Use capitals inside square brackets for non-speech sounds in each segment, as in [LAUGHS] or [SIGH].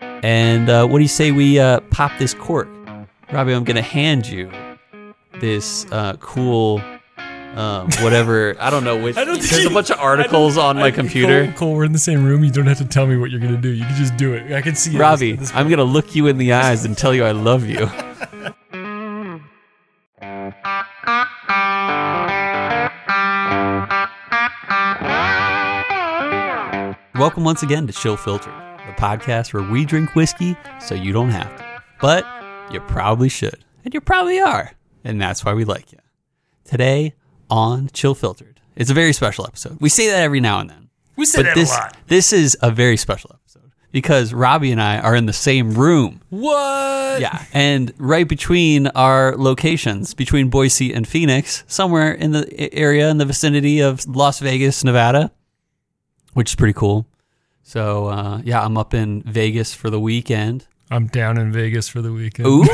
And uh, what do you say we uh, pop this cork? Robbie, I'm going to hand you this uh, cool. Um, whatever I don't know which [LAUGHS] I don't think there's a you- bunch of I don't- articles on my I- computer. Cole, Cole, we're in the same room. You don't have to tell me what you're gonna do. You can just do it. I can see it. Robbie, This- this- I'm gonna look you in the eyes and tell you I love [LAUGHS] you. Welcome once again to Chill Filtered, the podcast where we drink whiskey so you don't have to, but you probably should, and you probably are, and that's why we like you. Today on Chill Filtered, it's a very special episode. We say that every now and then we said that this, a lot. This is a very special episode because Robbie and I are in the same [LAUGHS] room. What? Yeah. And right between our locations, between Boise and Phoenix, somewhere in the a- area in the vicinity of Las Vegas, Nevada, which is pretty cool. So, uh, yeah, I'm up in Vegas for the [LAUGHS] weekend. I'm down in Vegas for the weekend. Ooh.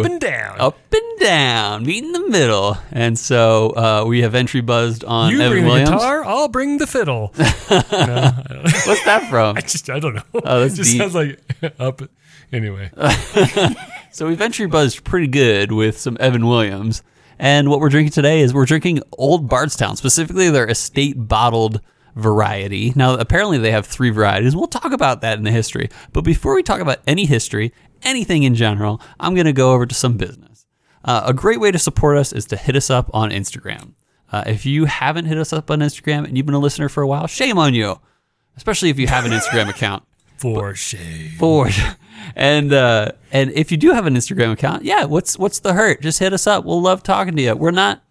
Up and down. Up and down, meet in the middle. And so uh, we have entry buzzed on you Evan bring Williams. the guitar. I'll bring the fiddle. [LAUGHS] no, I, don't, What's that from? I just I don't know. Oh, that's [LAUGHS] it just deep. Uh, sounds like up. Anyway, So we've entry buzzed pretty good with some Evan Williams. And what we're drinking today is we're drinking Old Bardstown, specifically their estate bottled variety. Now, apparently they have three varieties. We'll talk about that in the history. But before we talk about any history, anything in general, I'm going to go over to some business. Uh, a great way to support us is to hit us up on Instagram. Uh, if you haven't hit us up on Instagram and you've been a listener for a while, shame on you, especially if you have an Instagram account for shade. forward. [LAUGHS] And uh, and if you do have an Instagram account, yeah, what's what's the hurt? Just hit us up. We'll love talking to you. We're not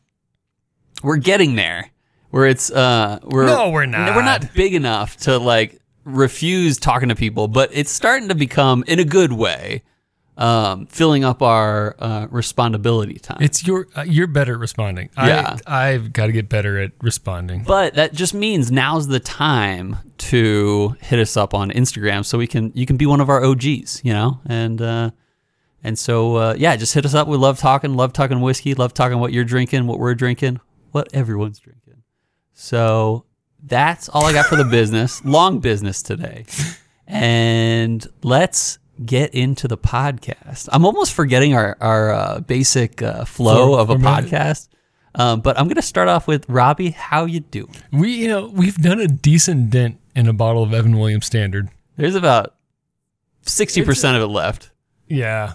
we're getting there. Where it's uh we're No, we're not. We're not big enough to like refuse talking to people, but it's starting to become in a good way um filling up our uh respondability time. It's your uh, you're better at responding. Yeah. I, I've got to get better at responding. But that just means now's the time to hit us up on Instagram so we can you can be one of our OGs, you know? And uh and so uh yeah, just hit us up. We love talking, love talking whiskey, love talking what you're drinking, what we're drinking, what everyone's drinking. So that's all I got [LAUGHS] for the business. Long business today. And let's get into the podcast. I'm almost forgetting our our uh, basic uh, flow For- of a format. podcast. Um, but I'm going to start off with Robbie. How you doing? We you know we've done a decent dent in a bottle of Evan Williams Standard. There's about sixty percent of it left. Yeah.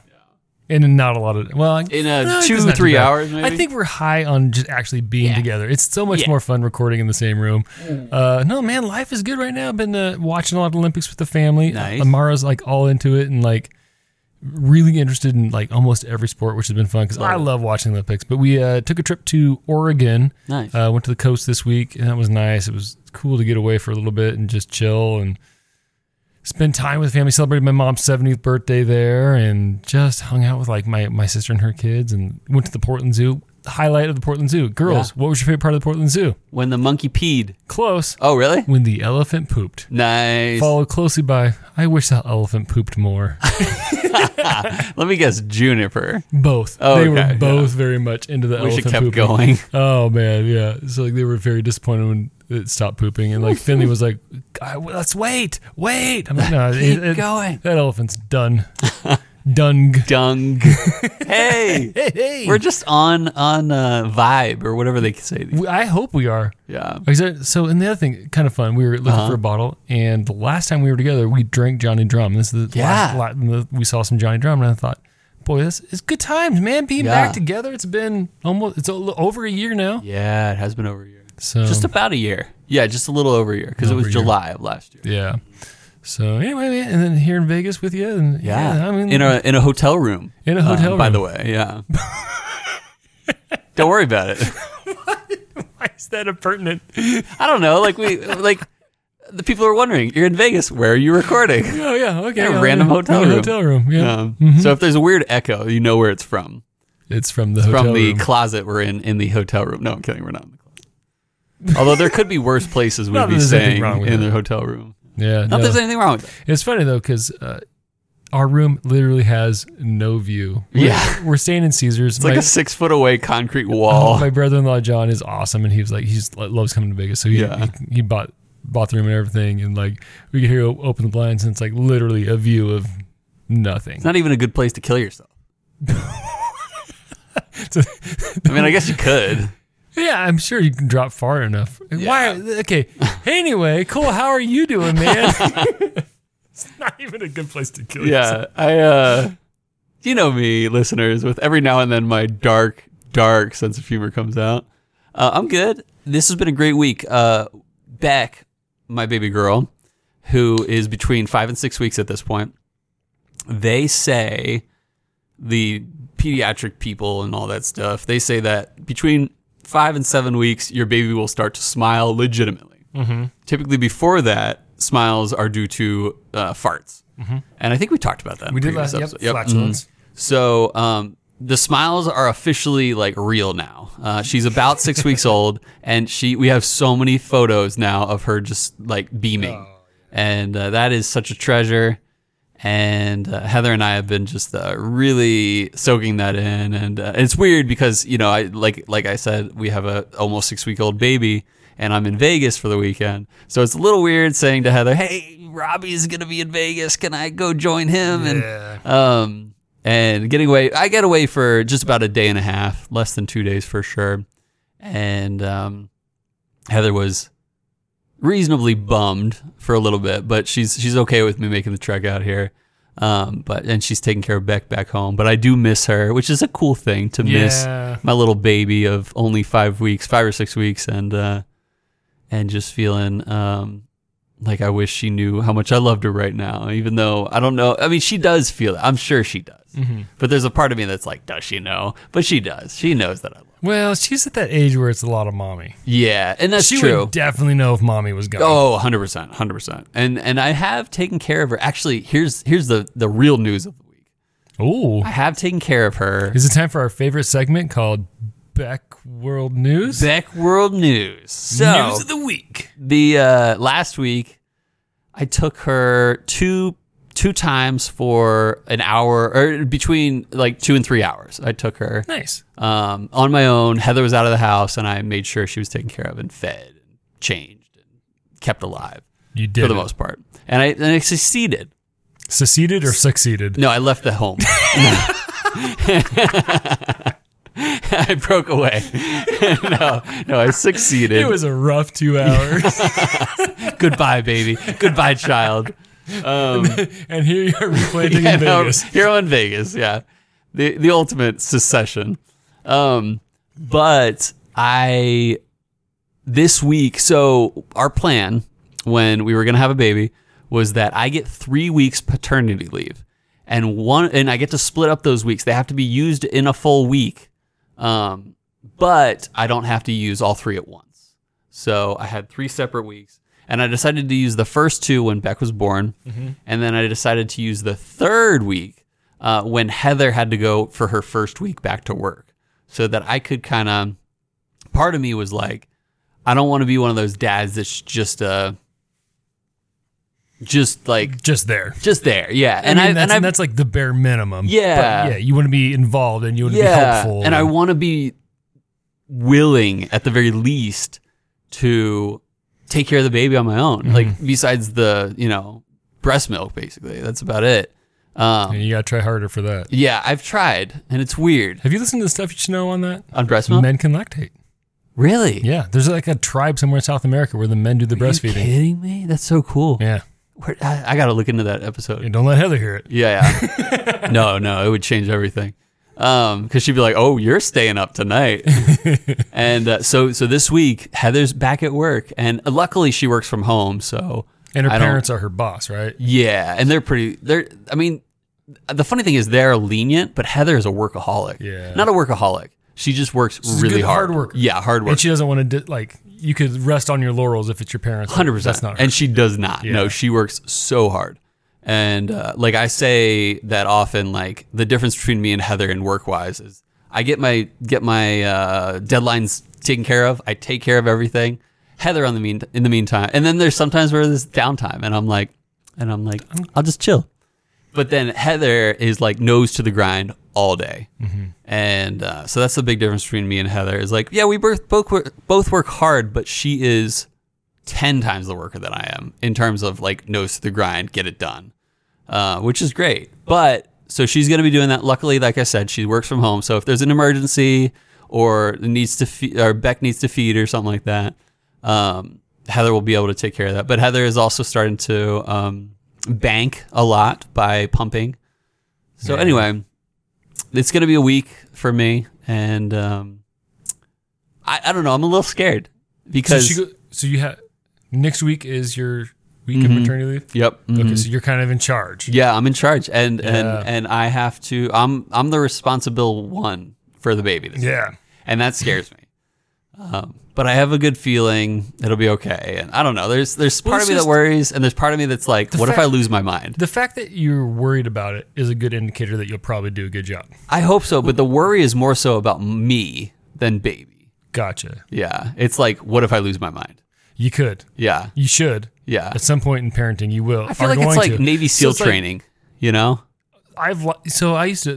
And in not a lot of well In a no, I two, guess not too three bad. hours, maybe? I think we're high on just actually being Yeah. together. It's so much Yeah. more fun recording in the same room. Mm. Uh, no man, life is good right now. I've been uh, watching a lot of Olympics with the family. Nice. Uh, Amara's like all into it and like really interested in like almost every sport, which has been fun because I love watching Olympics. But we uh, took a trip to Oregon. Nice. Uh, went to the coast this week, and that was nice. It was cool to get away for a little bit and just chill and spend time with family. Celebrated my mom's 70th birthday there, and just hung out with like my my sister and her kids, and went to the Portland Zoo. Highlight of the Portland Zoo, girls. What was your favorite part of the Portland Zoo? When the monkey peed. Close. Oh, really? When the elephant pooped. Nice. Followed closely by, I wish that elephant pooped more. Let me guess, juniper. Both. Oh, they okay, were both very much into the Wish it elephant kept pooping. going. [LAUGHS] Oh man, yeah. So like they were very disappointed when it stopped pooping, and like Finley was like, "God, well, "Let's wait, wait." I'm like, "No, Keep it, it- going. That elephant's done, [LAUGHS] dung." [LAUGHS] Dung. hey, Hey, we're just on on uh, vibe or whatever they say. We- I hope we are. Yeah. Like, So, so, and the other thing, kind of fun. We were looking Uh-huh. for a bottle, and the last time we were together, we drank Johnny Drum. This is the Yeah. last, la- the- we saw some Johnny Drum, and I thought, boy, this is good times, man. Being Yeah. back together, it's been almost it's a little over a year now. Yeah, it has been over a year. So Just about a year. Yeah, just a little over a year because it was Over a year. July of last year. Yeah. So anyway, man, and then here in Vegas with you, and yeah, I mean, in a in a hotel room. Um, In a hotel By room. the way, [LAUGHS] yeah. Don't worry about it. why is that impertinent? I don't know. Like we like the people are wondering. You're in Vegas. Where are you recording? Oh yeah, okay, a yeah, random yeah, hotel in a room. Hotel room, yeah. Mm-hmm. Um, So if there's a weird echo, you know where it's from. It's from the hotel From the room. closet we're in in the hotel room. No, I'm kidding. We're not in the closet. Although there could be worse places we'd Not that be there's anything staying wrong with in it. the hotel room. yeah, Not no. that there's anything wrong with that. it's funny though because uh, our room literally has no view. We're- Yeah. we're staying in Caesars. It's like a six foot away Oh concrete wall. my brother-in-law John is awesome, and he was like, he just lo- loves coming to Vegas, so he Yeah. he, he bought bathroom and everything, and like we could hear o- open the blinds, and it's like literally a view of nothing. It's not even a good place to kill yourself. [LAUGHS] I mean, I guess you could. Yeah, I'm sure you can drop far enough. Why? [LAUGHS] Okay. Anyway, Cole, how are you doing, man? it's not even a good place to kill yourself. Yeah, I. uh You know me, listeners. With every now and then, my dark, dark sense of humor comes out. Uh, I'm good. This has been a great week. Uh, Beck, my baby girl, who is between five and six weeks at this point, they say the pediatric people and all that stuff. They say that between five and seven weeks, your baby will start to smile legitimately. Mm-hmm. Typically, before that, smiles are due to uh, farts. And I think we talked about that. in Mm-hmm. We did previous last episode. Yep. yep, Mm-hmm. flatulence. So um, the smiles are officially like real now. Uh, she's about six weeks old, and she we have so many photos now of her just like beaming, and uh, that is such a treasure. And uh, Heather and I have been just uh, really soaking that in, and uh, it's weird because you know I like like I said we have a almost six week old baby, and I'm in Vegas for the weekend, so it's a little weird saying to Heather, "Hey, Robbie's gonna be in Vegas. Can I go join him?" And Yeah. um, and getting away, I got away for just about a day and a half, less than two days for sure. And um, Heather was reasonably bummed for a little bit, but she's she's okay with me making the trek out here. Um, but and she's taking care of Beck back home. But I do miss her, which is a cool thing to Yeah. miss my little baby of only five weeks, five or six weeks, and uh, and just feeling um, like I wish she knew how much I loved her right now. Even though I don't know, I mean, she does feel it. I'm sure she does. But there's a part of me that's like, does she know? But she does. She knows that I love. her. Well, she's at that age where it's a lot of mommy. Yeah, and that's she true. would definitely know if mommy was gone. Oh, 100%, 100%. And and I have taken care of her. Actually, here's here's the the real news of the week. Ooh. I have taken care of her. Is it time for our favorite segment called Beck World News? Beck World News. So, News of the Week. the uh, last week I took her two two times for an hour or between like 2 and 3 hours. I took her Nice. um, on my own. Heather was out of the house and I made sure she was taken care of and fed and changed and kept alive You did. for the it. most part. And I and I succeeded. Seceded [LAUGHS] or succeeded? No, I left the home. I broke away. [LAUGHS] no, no, I succeeded. It was a [LAUGHS] rough two hours. Goodbye, baby. Goodbye, child. and here you are [LAUGHS] replanting Yeah, in no, Vegas. Hero in Vegas, yeah. The the ultimate secession. Um but I this week, so our plan when we were gonna have a baby was that I get three weeks paternity leave. And one and I get to split up those weeks. They have to be used in a full week. Um but I don't have to use all three at once. So I had three separate weeks, and I decided to use the first two when Beck was born, and then I decided to use the third week uh, when Heather had to go for her first week back to work, so that I could kind of. Part of me was like, I don't want to be one of those dads that's just uh, just like Just there. just there, yeah. And, And I, that's, and I and that's like the bare minimum. Yeah. But yeah, you want to be involved and you want to be helpful. And I want to be willing, at the very least, to take care of the baby on my own. Like Mm-hmm. besides the you know breast milk, basically. That's about it. Um, And you got to try harder for that. yeah, I've tried, and it's weird Have you listened to the stuff you should know on that? on breast milk. Men can lactate. Really? Yeah. There's like a tribe somewhere in South America where the men do the Are you breastfeeding. kidding me? That's so cool. Yeah. Where, I, I got to look into that episode. And don't let Heather hear it. Yeah, yeah. [LAUGHS] no, no, it would change everything. Um, because she'd be like, "Oh, you're staying up tonight," [LAUGHS] and uh, so so this week Heather's back at work, and luckily she works from home. So And her I don't- parents are her boss, right? yeah, and they're pretty. They're. I mean, the funny thing is they're lenient, but Heather is a workaholic. Yeah. not a workaholic. She just works a really good hard. hard worker. Yeah, hard work. And she doesn't want to, like, you could rest on your laurels if it's your parents. hundred percent. That's not her. And she does not. No, she works so hard. And uh, like I say that often, like the difference between me and Heather in work wise is I get my get my uh, deadlines taken care of. I take care of everything. Heather on the mean in the meantime, and then there's sometimes where there's downtime, and I'm like, and I'm like, I'll just chill. But then Heather is like nose to the grind all day, Mm-hmm. and uh, so that's the big difference between me and Heather. Is like, yeah, we both both work, both work hard, but she is 10 times the worker that I am in terms of like nose to the grind, get it done, uh, which is great. But so she's going to be doing that. Luckily, like I said, she works from home. So if there's an emergency or needs to feed or Beck needs to feed or something like that, um, Heather will be able to take care of that. But Heather is also starting to um, bank a lot by pumping. So Yeah. anyway, it's going to be a week for me, and um, I, I don't know. I'm a little scared So, because she go, so you have next week is your week of maternity leave. Yep. Okay, so you're kind of in charge. Mm-hmm. Yeah, I'm in charge, and Yeah. and and I have to. I'm I'm the responsible one for the baby, this- Yeah. and that scares me. Um, but I have a good feeling it'll be okay, and I don't know. There's there's part it's of me that just- worries, and there's part of me that's like, what if fact- I lose my mind? The fact that you're worried about it is a good indicator that you'll probably do a good job. I hope so, but the worry is more so about me than baby. Gotcha. Yeah, it's like, what if I lose my mind? You could. Yeah, You should. yeah. At some point in parenting, you will. I feel like it's like Navy SEAL it's like- training. you know? I've li- so I used to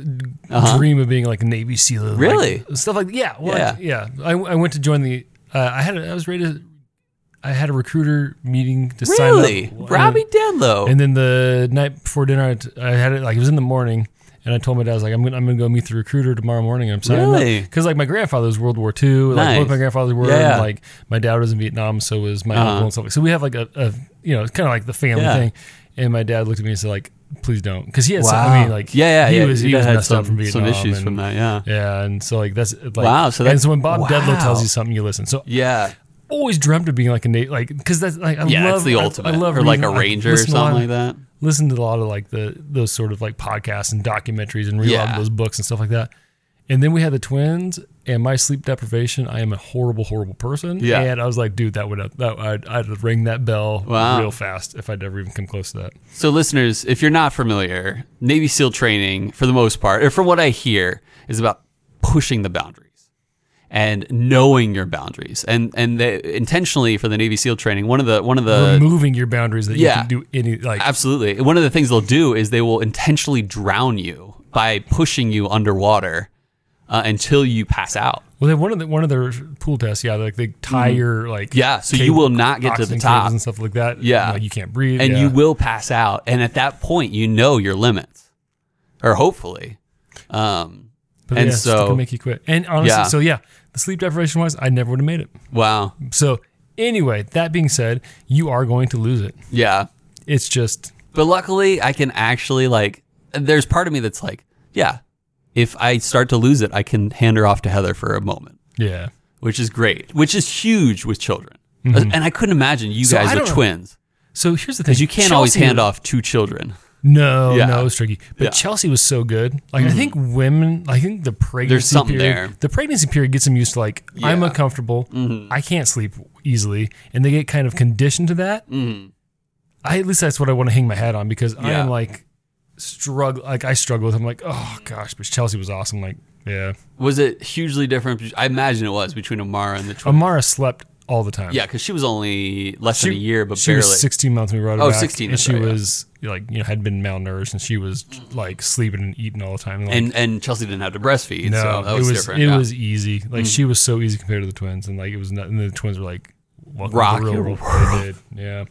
dream of being like a Navy SEAL. like, Uh-huh. Really? stuff like yeah, well, like, yeah. I, I went to join the. Uh, I had a, I was rated. I had a recruiter meeting to sign up. Really, Robbie Denlow. And then the night before dinner, I, t- I had it like it was in the morning, and I told my dad I was like, "I'm gonna, I'm gonna go meet the recruiter tomorrow morning." And I'm signing Really? because like my grandfather was World War II, like Nice. both my grandfathers were, Yeah. Uh-huh. and like my dad was in Vietnam, so was my uncle and stuff. Like, so we have like a, a you know, it's kind of like the family Yeah. thing. And my dad looked at me and said, "Like, please don't," because he had some, Wow. I mean, like yeah, yeah, he yeah. was Your he dad was had messed some, up from Vietnam, some issues and, from that. Yeah, Yeah, and so like that's like, Wow, so and that's- so when Bob Dedlow tells wow. you something, you listen. So yeah. always dreamt of being like a Nate, like because that's like I yeah, love that's the I- ultimate. I, love or like a reading- I ranger or listen to a lot something of- like that. listen to a lot of like the those sort of like podcasts and documentaries and read a lot Yeah. of those books and stuff like that. And then we had the twins and my sleep deprivation. I am a horrible, horrible person. Yeah. And I was like, dude, that would have, that I'd, I'd ring that bell Wow. real fast if I'd ever even come close to that. So, listeners, if you're not familiar, Navy SEAL training, for the most part, or from what I hear, is about pushing the boundaries and knowing your boundaries. And and they, intentionally for the Navy SEAL training, one of the one of the Removing your boundaries that yeah. you can do any like Absolutely. One of the things they'll do is they will intentionally drown you by pushing you underwater uh, until you pass out. well they one of the one of their pool tests yeah like they tie your like Mm-hmm. Yeah, so you will not get to the oxygen cables top. and stuff like that Yeah. you, know, you can't breathe and yeah. you will pass out. And at that point, you know your limits, or hopefully. Um, but and yeah, it's still so, can make you quit and honestly Yeah. so yeah the sleep deprivation wise I never would have made it wow, So anyway, that being said, you are going to lose it. yeah. It's just But luckily, I can actually like. There's part of me that's like, yeah. If I start to lose it, I can hand her off to Heather for a moment, yeah. which is great, which is huge with children. And I couldn't imagine you Mm-hmm. So guys I with don't know. twins So here's the thing: because you can't always hand off two children. No, Yeah. no, it's tricky. But Yeah. Mm-hmm. Chelsea was so good. Like I think women, I think the pregnancy There's something period, there. the pregnancy period gets them used to like I'm Yeah. Mm-hmm. uncomfortable, I can't sleep easily, and they get kind of conditioned to that. I at least that's what I want to hang my hat on because I Mm-hmm. Yeah. am like struggle. Like I struggle with. I'm like oh gosh, but Chelsea was awesome. Like yeah, Was it hugely different? I imagine it was between Amara and the twins. Amara slept all the time. yeah, because she was only less than a year, but she barely. was 16 months when we brought her Oh, back, 16, and that's she right, yeah. was like you know had been malnourished and she was like sleeping and eating all the time like, and and Chelsea didn't have to breastfeed, no so that was, it was different. it yeah. Mm-hmm. was easy like she was so easy compared to the twins and like it was not, and the twins were like welcome Rock to the real your [LAUGHS] world They did, yeah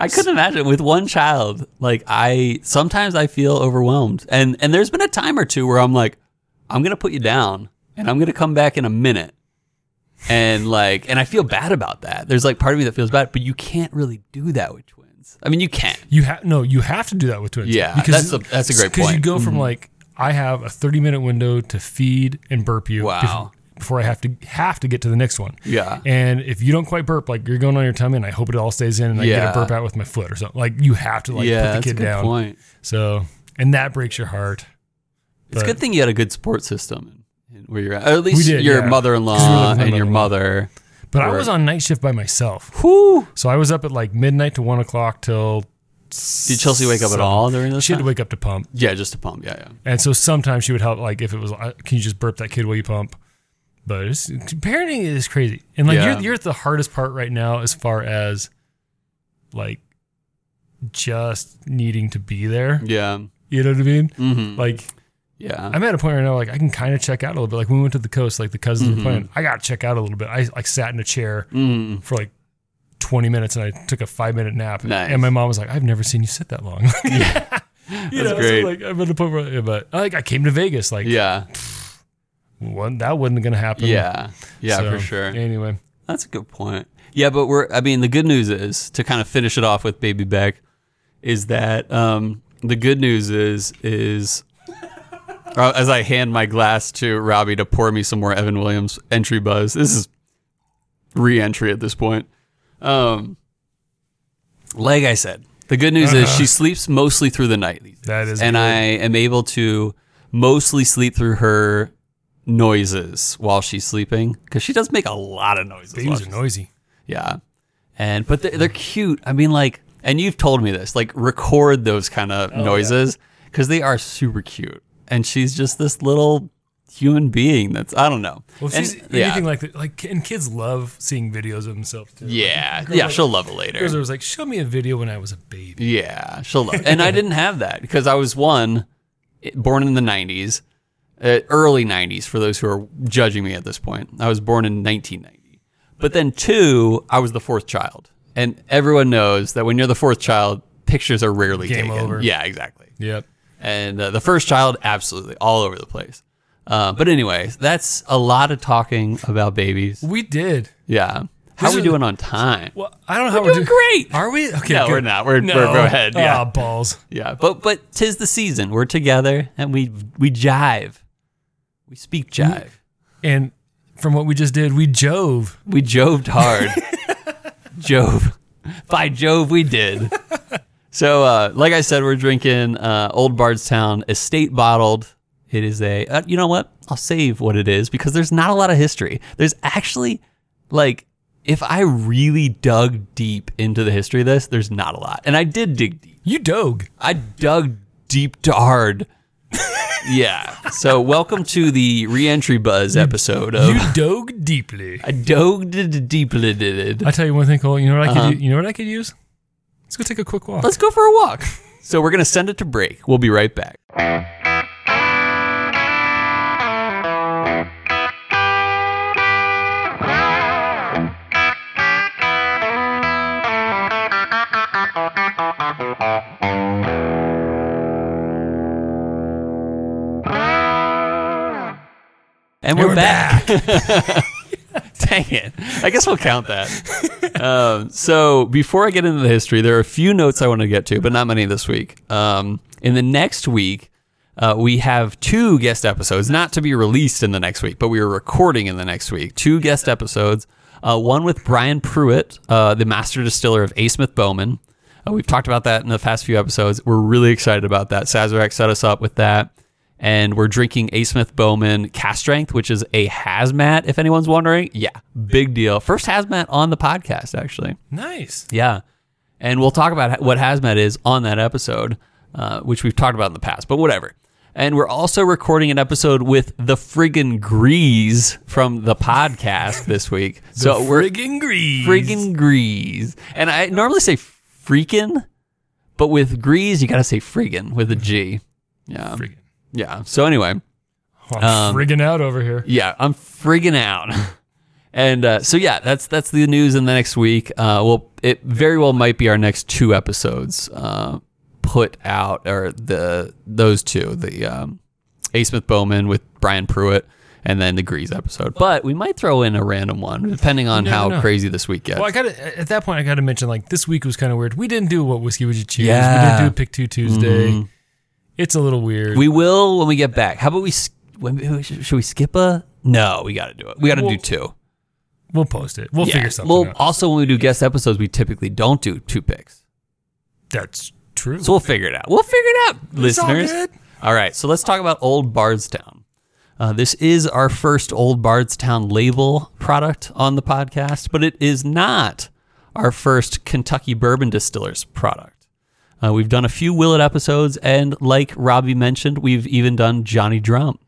I couldn't imagine with one child. Like I sometimes I feel overwhelmed, and and there's been a time or two where I'm like, I'm gonna put you down, and I'm gonna come back in a minute, and like, and I feel bad about that. There's like part of me that feels bad, but you can't really do that with twins. I mean, you can. you have no you have to do that with twins Yeah, that's a- that's a great because you point. Mm-hmm. go from like I have a 30 minute window to feed and burp you Wow. before, before I have to have to get to the next one Yeah. And if you don't quite burp, like you're going on your tummy, and I hope it all stays in, and I Yeah. get a burp out with my foot or something. Like you have to like yeah, put that's the a kid good down. point. So and that breaks your heart. It's a good thing you had a good support system in, in where you're at, or at least did, your yeah. 'Cause we were mother-in-law living with and your my mother. But I Or- was on night shift by myself, Whew. so I was up at like midnight to one o'clock till Did Chelsea wake up at all during this? she had to Time? wake up to pump. Yeah, just a pump. Yeah, yeah. And so sometimes she would help, like if it was, uh, can you just burp that kid while you pump? But it's, parenting is crazy, and like Yeah. you're you're at the hardest part right now as far as like just needing to be there. Yeah. You know what I mean? hmm Like Yeah. I'm at a point right now, like I can kind of check out a little bit. Like when we went Mm-hmm. to the coast, like the cousins were playing, I got to check out a little bit. I like sat in a chair Mm. for like 20 minutes and I took a five minute nap. Nice. And my mom was like, I've never seen you sit that long. [LAUGHS] you know, so, great. like I'm at a point where, yeah, but like I came to Vegas, like Yeah. one, that wasn't gonna happen. Yeah. Yeah, So, for sure. Anyway, That's a good point. Yeah, but we're I mean the good news is to kind of finish it off with baby back is that um the good news is is uh, as I hand my glass to Robbie to pour me some more Evan Williams entry buzz. This is re-entry at this point. Um like I said, the good news is she sleeps mostly through the night. these That days, is and good. I am able to mostly sleep through her noises while she's sleeping because she does make a lot of noises. while babies she's- are noisy. yeah, and but they're, they're cute. I mean, like, and you've told me this. Like, record those kind of Oh, noises because they are super cute. And she's just this little human being that's I don't know. Well, if And- she's anything like that, like, and kids love seeing videos of themselves too. yeah, yeah, like- she'll love it later. Because I was like, show me a video when I was a baby. Yeah, [LAUGHS] she'll love. and I didn't have that because I was one, it- born in the '90s, uh, early '90s. For those who are judging me at this point, I was born in 1990. But then two, I was the fourth child, and everyone knows that when you're the fourth child, pictures are rarely Game taken. over. Yeah, exactly. Yep. And uh, the first child, absolutely, all over the place. Uh, but anyway, that's a lot of talking about babies. We did. Yeah. How These are we are- doing on time? Well, I don't know how we're, doing great. Are we? Okay. No, good. we're not. We're- we're- we're ahead, yeah. Ah, balls. Yeah, but but tis the season. We're together and we we jive. We speak jive. And from what we just did, we jove. We joved hard. Jove. By Jove, we did. So, uh, like I said, we're drinking uh, Old Bardstown Estate Bottled. It is a, uh, you know what? I'll save what it is because there's not a lot of history. There's actually, like, if I really dug deep into the history of this, there's not a lot. And I did dig deep. You dog. I dug deep to hard. yeah. So welcome to the reentry buzz episode of You dog deeply. I dug d- d- deeply did it. I tell you one thing, Cole. You know what I could? u- You know what I could use? Let's go take a quick walk. Uh-huh. [LAUGHS] Let's go for a walk. So we're gonna send it to break. We'll be right back. And we're, we're back. [LAUGHS] Dang it. I guess we'll count that. Um, so, before I get into the history, there are a few notes I want to get to, but not many this week. Um, in the next week, uh, we have two guest episodes, not to be released in the next week, but we are recording in the next week. Two guest episodes. Uh, one with Brian Pruitt, uh, the master distiller of A. Smith Bowman. Uh, we've talked about that in the past few episodes. We're really excited about that. Sazerac set us up with that. And we're drinking A. Smith Bowman Cast Strength, which is a hazmat, if anyone's wondering. Yeah, big deal. First hazmat on the podcast, actually. nice. Yeah. And we'll talk about ha- what hazmat is on that episode, uh, which we've talked about in the past, but whatever. And we're also recording an episode with the friggin' Grease from the podcast this [LAUGHS] week. so we're friggin' grease. friggin' Grease. And I normally say freaking, but with Grease, you gotta say friggin' with a G. Yeah. Friggin'. Yeah. So anyway, Oh, I'm friggin' out over here. yeah, I'm friggin' out. [LAUGHS] And uh, so yeah, that's that's the news in the next week. Uh, well, it very well might be our next two episodes uh, put out, or the those two, the um, A. Smith Bowman with Brian Pruitt, and then the Grease episode. But we might throw in a random one depending on never how know. crazy this week gets. Well, I got to at that point. I got to mention like this week was kind of weird. We didn't do what whiskey would you choose. Yeah. Mm-hmm. We didn't do pick two Tuesday. It's a little weird. we will when we get back. How about we? s- When, should we skip a? No, we got to do it. We got to Well, do two. we'll post it. We'll Yeah. figure something Well, out. also when we do guest episodes, we typically don't do two picks. That's true. [LAUGHS] So we'll figure it out. We'll figure it out, all listeners. good. all right, so let's talk about Old Bardstown. Uh, this is our first Old Bardstown label product on the podcast, but it is not our first Kentucky Bourbon Distillers product. Uh, we've done a few Willet episodes, and like Robbie mentioned, we've even done Johnny Drum.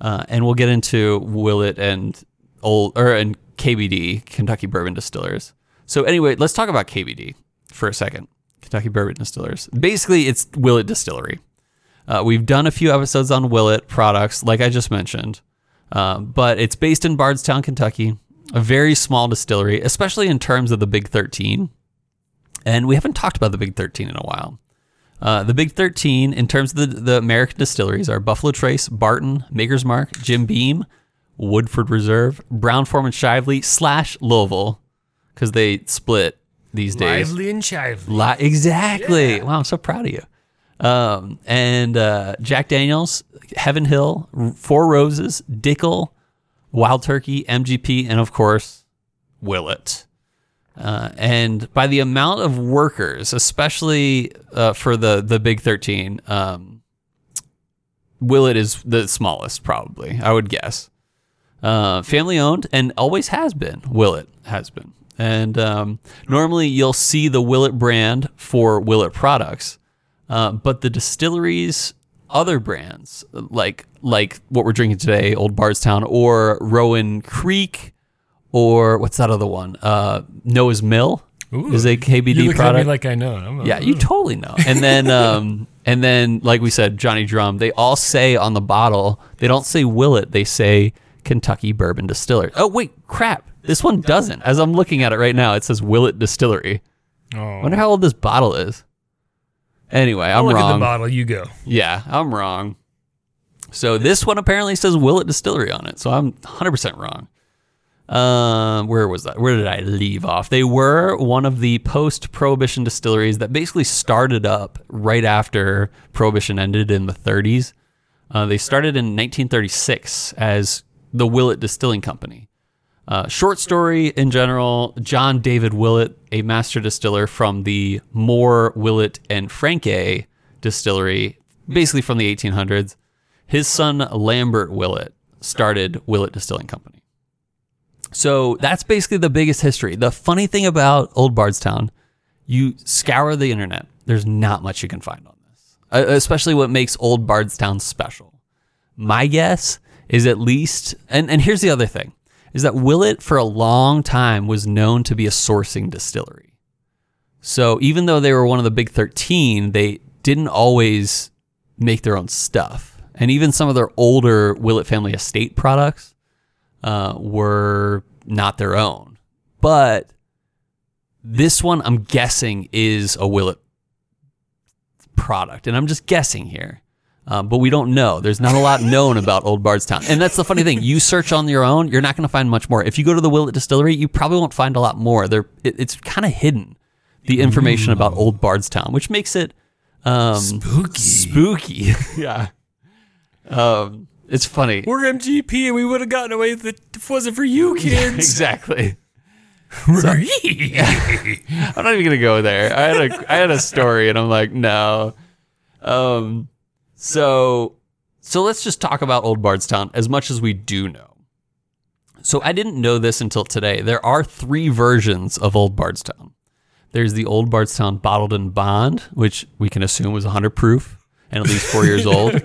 Uh, and we'll get into Willet and old or and KBD, Kentucky Bourbon Distillers. So anyway, let's talk about KBD for a second. Kentucky Bourbon Distillers. Basically, it's Willet Distillery. Uh, we've done a few episodes Uh, on Willet products, like I just mentioned, um, but it's based in Bardstown, Kentucky. a very small distillery, especially in terms of the Big 13. And we haven't talked about the Big 13 in a while. Uh, the Big 13, in terms of the, the American distilleries, are Buffalo Trace, Barton, Maker's Mark, Jim Beam, Woodford Reserve, Brown Forman Shively, slash Louisville, because they split these days. Lively and Shively. Li- exactly. Wow, I'm so proud of you. Um, and uh, Jack Daniels, Heaven Hill, R- Four Roses, Dickel, Wild Turkey, MGP, and of course, Willet. Uh, and by the amount of workers, especially uh, for the the Big Thirteen, um, Willet is the smallest, probably. I would guess. Uh, family owned and always has been. Willet has been. And um, normally you'll see the Willet brand for Willet products, uh, but the distilleries, other brands like like what we're drinking today, Old Bardstown or Rowan Creek, or what's that other one? Uh, Noah's Mill Ooh, is a you KBD look product. at me like I know. I'm Yeah, you totally know. And then, [LAUGHS] um, and then, like we said, Johnny Drum. They all say on the bottle, they don't say Willet, they say Kentucky Bourbon Distillery. Oh wait, crap! This one doesn't. As I'm looking at it right now, it says Willet Distillery. oh. I wonder how old this bottle is. Anyway, I'm I'll look at the wrong. bottle. You go. Yeah, I'm wrong. So this one apparently says Willet Distillery on it, so I'm 100% wrong. Um, where was that? Where did I leave off? They were one of the post-prohibition distilleries that basically started up right after prohibition ended in the 30s. Uh, they started in 1936 as the Willet Distilling Company. Uh, short story in general, John David Willett, a master distiller from the Moore, Willett, and Franke distillery, basically from the 1800s. His son Lambert Willett started Willett Distilling Company. So that's basically the biggest history. The funny thing about Old Bardstown, you scour the internet, there's not much you can find on this, Uh, especially what makes Old Bardstown special my guess is at least and, and here's the other thing is that Willett for a long time was known to be a sourcing distillery. So even though they were one of the big 13, they didn't always make their own stuff. And even some of their older Willett family estate products uh, were not their own. But this one, I'm guessing, is a Willett product. And I'm just guessing here. Um, but we don't know. There's not a lot known about Old Bardstown. And that's the funny thing. You search on your own, you're not going to find much more. If you go to the Willett Distillery, you probably won't find a lot more. They're, it, it's kind of hidden, the information about Old Bardstown, which makes it um, Spooky. spooky. [LAUGHS] yeah. Um, it's funny. We're MGP and we would have gotten away with it if it wasn't for you [LAUGHS] kids. Exactly. Right. I'm not even gonna go there. I had a I had a story, and I'm like, no. Um, so so let's just talk about Old Bardstown as much as we do know. So I didn't know this until today. There are three versions of Old Bardstown. There's the Old Bardstown bottled and bond, which we can assume was 100 proof and at least four years [LAUGHS] old.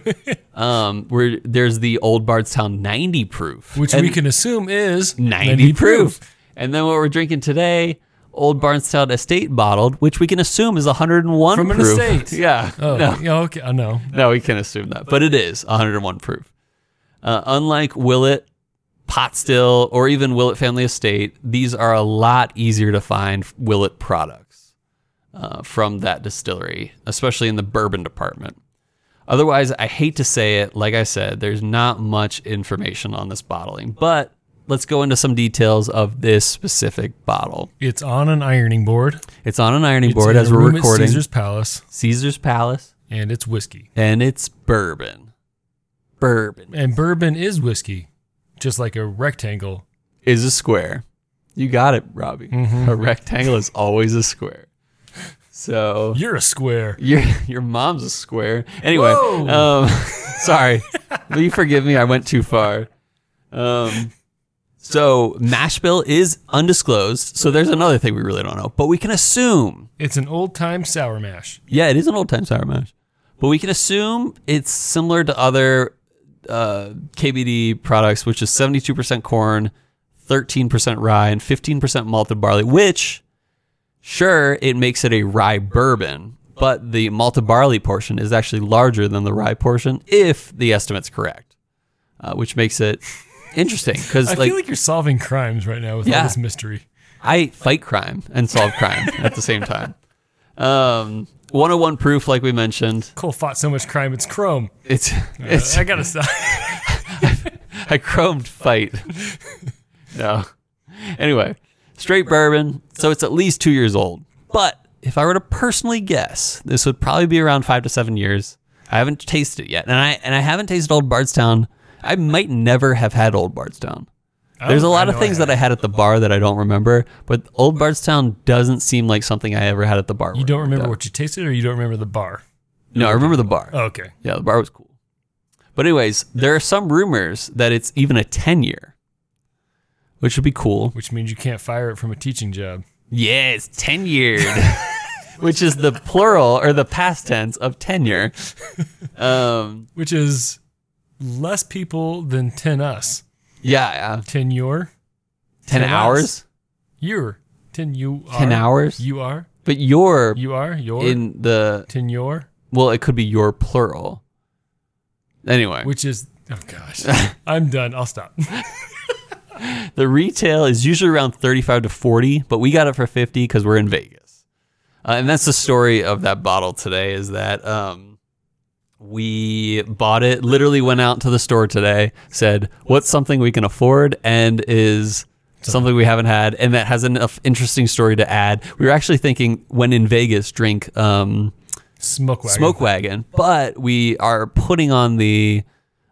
Um, where there's the Old Bardstown 90 proof, [LAUGHS] Which And- we can assume is 90, proof. And then what we're drinking today, Old Barnstown Estate bottled, which we can assume is 101 From an proof. [LAUGHS] estate. yeah. Oh, No, yeah, okay. I know. no, we can assume that. But it is 101 proof. Uh, unlike Willet, Pot Still, or even Willet Family Estate, these are a lot easier to find Willet products uh, from that distillery, especially in the bourbon department. Otherwise, I hate to say it. Like I said, there's not much information on this bottling, but let's go into some details of this specific bottle. It's on an ironing board. It's on an ironing board It's in as a we're room at recording. Caesar's Palace, Caesar's Palace, and it's whiskey. and it's bourbon. Bourbon And bourbon is whiskey, just like a rectangle. is a square. You got it, Robbie. A rectangle is always a square. So You're a square. Your your mom's a square. Anyway, Whoa. um, [LAUGHS] sorry. Will you forgive me? I went too far. Um, so mash bill is undisclosed. So there's another thing we really don't know, but we can assume. It's an old time sour mash. Yeah, it is an old time sour mash, but we can assume it's similar to other uh, KBD products, which is 72% corn, 13% rye, and 15% malted barley. Which, sure, it makes it a rye bourbon, but the malted barley portion is actually larger than the rye portion, if the estimate's correct, uh, which makes it interesting because I like, feel like you're solving crimes right now with all Yeah. this mystery. I fight crime and solve crime at the same time. Um, 101 proof, like we mentioned, Cole fought so much crime, it's Chrome. it's Uh, it's [LAUGHS] I gotta stop. I chromed [LAUGHS] fight. no. Anyway, straight bourbon. So it's at least two years old. But if I were to personally guess, this would probably be around five to seven years. I haven't tasted it yet, and I and I haven't tasted Old Bardstown. I might never have had Old Bardstown. There's a lot of things that Oh, I had at the bar that I don't remember, but Old Bardstown doesn't seem like something I ever had at the bar. You don't remember what you tasted, or you don't remember the bar. No, I remember the bar. Okay. Yeah, the bar was cool. But anyways, there are some rumors that it's even a 10 year, which would be cool. Which means you can't fire it from a teaching job. Yeah, it's 10 yeared, [LAUGHS] which is the plural or the past tense of tenure. Um, Which is less people than ten us. yeah, yeah. Ten your 10, 10 hours, your ten you are 10 hours. you are But your you are your in the, ten your well, it could be your plural. Anyway, which is oh [LAUGHS] gosh I'm done. I'll stop. the retail is usually around 35 to 40, but we got it for 50 because we're in Vegas. Uh, and that's the story of that bottle today is that um, we bought it, literally went out to the store today, said, What's something we can afford? and is something we haven't had and that has enough interesting story to add. We were actually thinking when in Vegas, drink um, Smoke wagon. smoke wagon, but we are putting on the